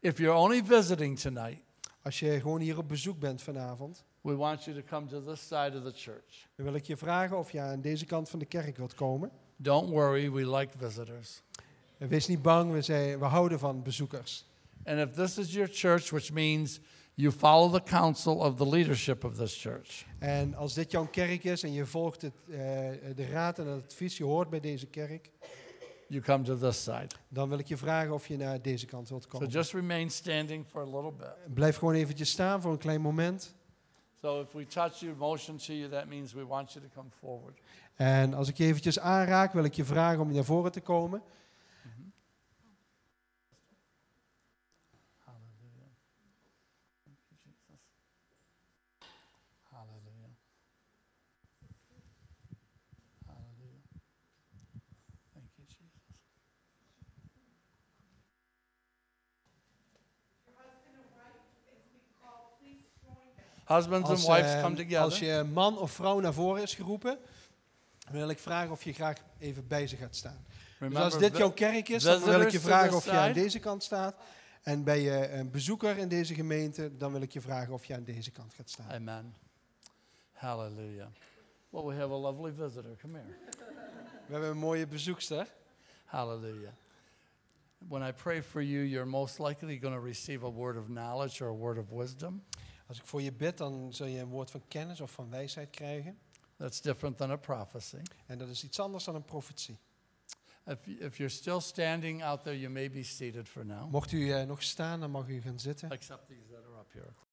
[SPEAKER 2] If you're only visiting tonight,
[SPEAKER 1] Als je gewoon hier op bezoek bent vanavond.
[SPEAKER 2] we want you to come to this side of the church.
[SPEAKER 1] Dan wil ik je vragen of je aan deze kant van de kerk wilt komen.
[SPEAKER 2] Don't worry, we like visitors.
[SPEAKER 1] En wees niet bang, we, zijn, we houden van bezoekers.
[SPEAKER 2] And if this is your church, which means you follow the counsel of the leadership of this church,
[SPEAKER 1] En als dit jouw kerk is en je volgt het, eh, de raad en het advies, je hoort bij deze kerk,
[SPEAKER 2] you come to this side.
[SPEAKER 1] dan wil ik je vragen of je naar deze kant wilt
[SPEAKER 2] So
[SPEAKER 1] komen.
[SPEAKER 2] just remain standing for a little bit.
[SPEAKER 1] Blijf gewoon eventjes staan voor een klein moment.
[SPEAKER 2] So if we touch you, motion to you, that means we want you to come forward.
[SPEAKER 1] En als ik je eventjes aanraak, wil ik je vragen om naar voren te komen.
[SPEAKER 2] Mm-hmm. Hallelujah. Thank you, Jesus. Hallelujah. Hallelujah. Thank you, Jesus. Husbands and
[SPEAKER 1] Als,
[SPEAKER 2] wives
[SPEAKER 1] eh,
[SPEAKER 2] come together.
[SPEAKER 1] als je man of vrouw naar voren is geroepen, dan wil ik vragen of je graag even bij ze gaat staan. Dus als dit
[SPEAKER 2] vi-
[SPEAKER 1] jouw kerk is, dan wil ik je
[SPEAKER 2] visitors to
[SPEAKER 1] vragen
[SPEAKER 2] this
[SPEAKER 1] of je aan
[SPEAKER 2] side.
[SPEAKER 1] deze kant staat. En ben je een bezoeker in deze gemeente, dan wil ik je vragen of je aan deze kant gaat staan.
[SPEAKER 2] Amen. Hallelujah. Well, we have a lovely visitor. Come here.
[SPEAKER 1] We hebben een mooie bezoekster.
[SPEAKER 2] Hallelujah. When I pray for you, you're most likely going to receive a word of knowledge or a word of wisdom.
[SPEAKER 1] Als ik voor je bid, dan zul je een woord van kennis of van wijsheid krijgen.
[SPEAKER 2] That's different than a prophecy.
[SPEAKER 1] En dat is iets anders dan een profetie.
[SPEAKER 2] If, if you're still standing out there, you may be seated for now,
[SPEAKER 1] Mocht u eh, nog staan, dan mag u gaan zitten.
[SPEAKER 2] except these that are up here.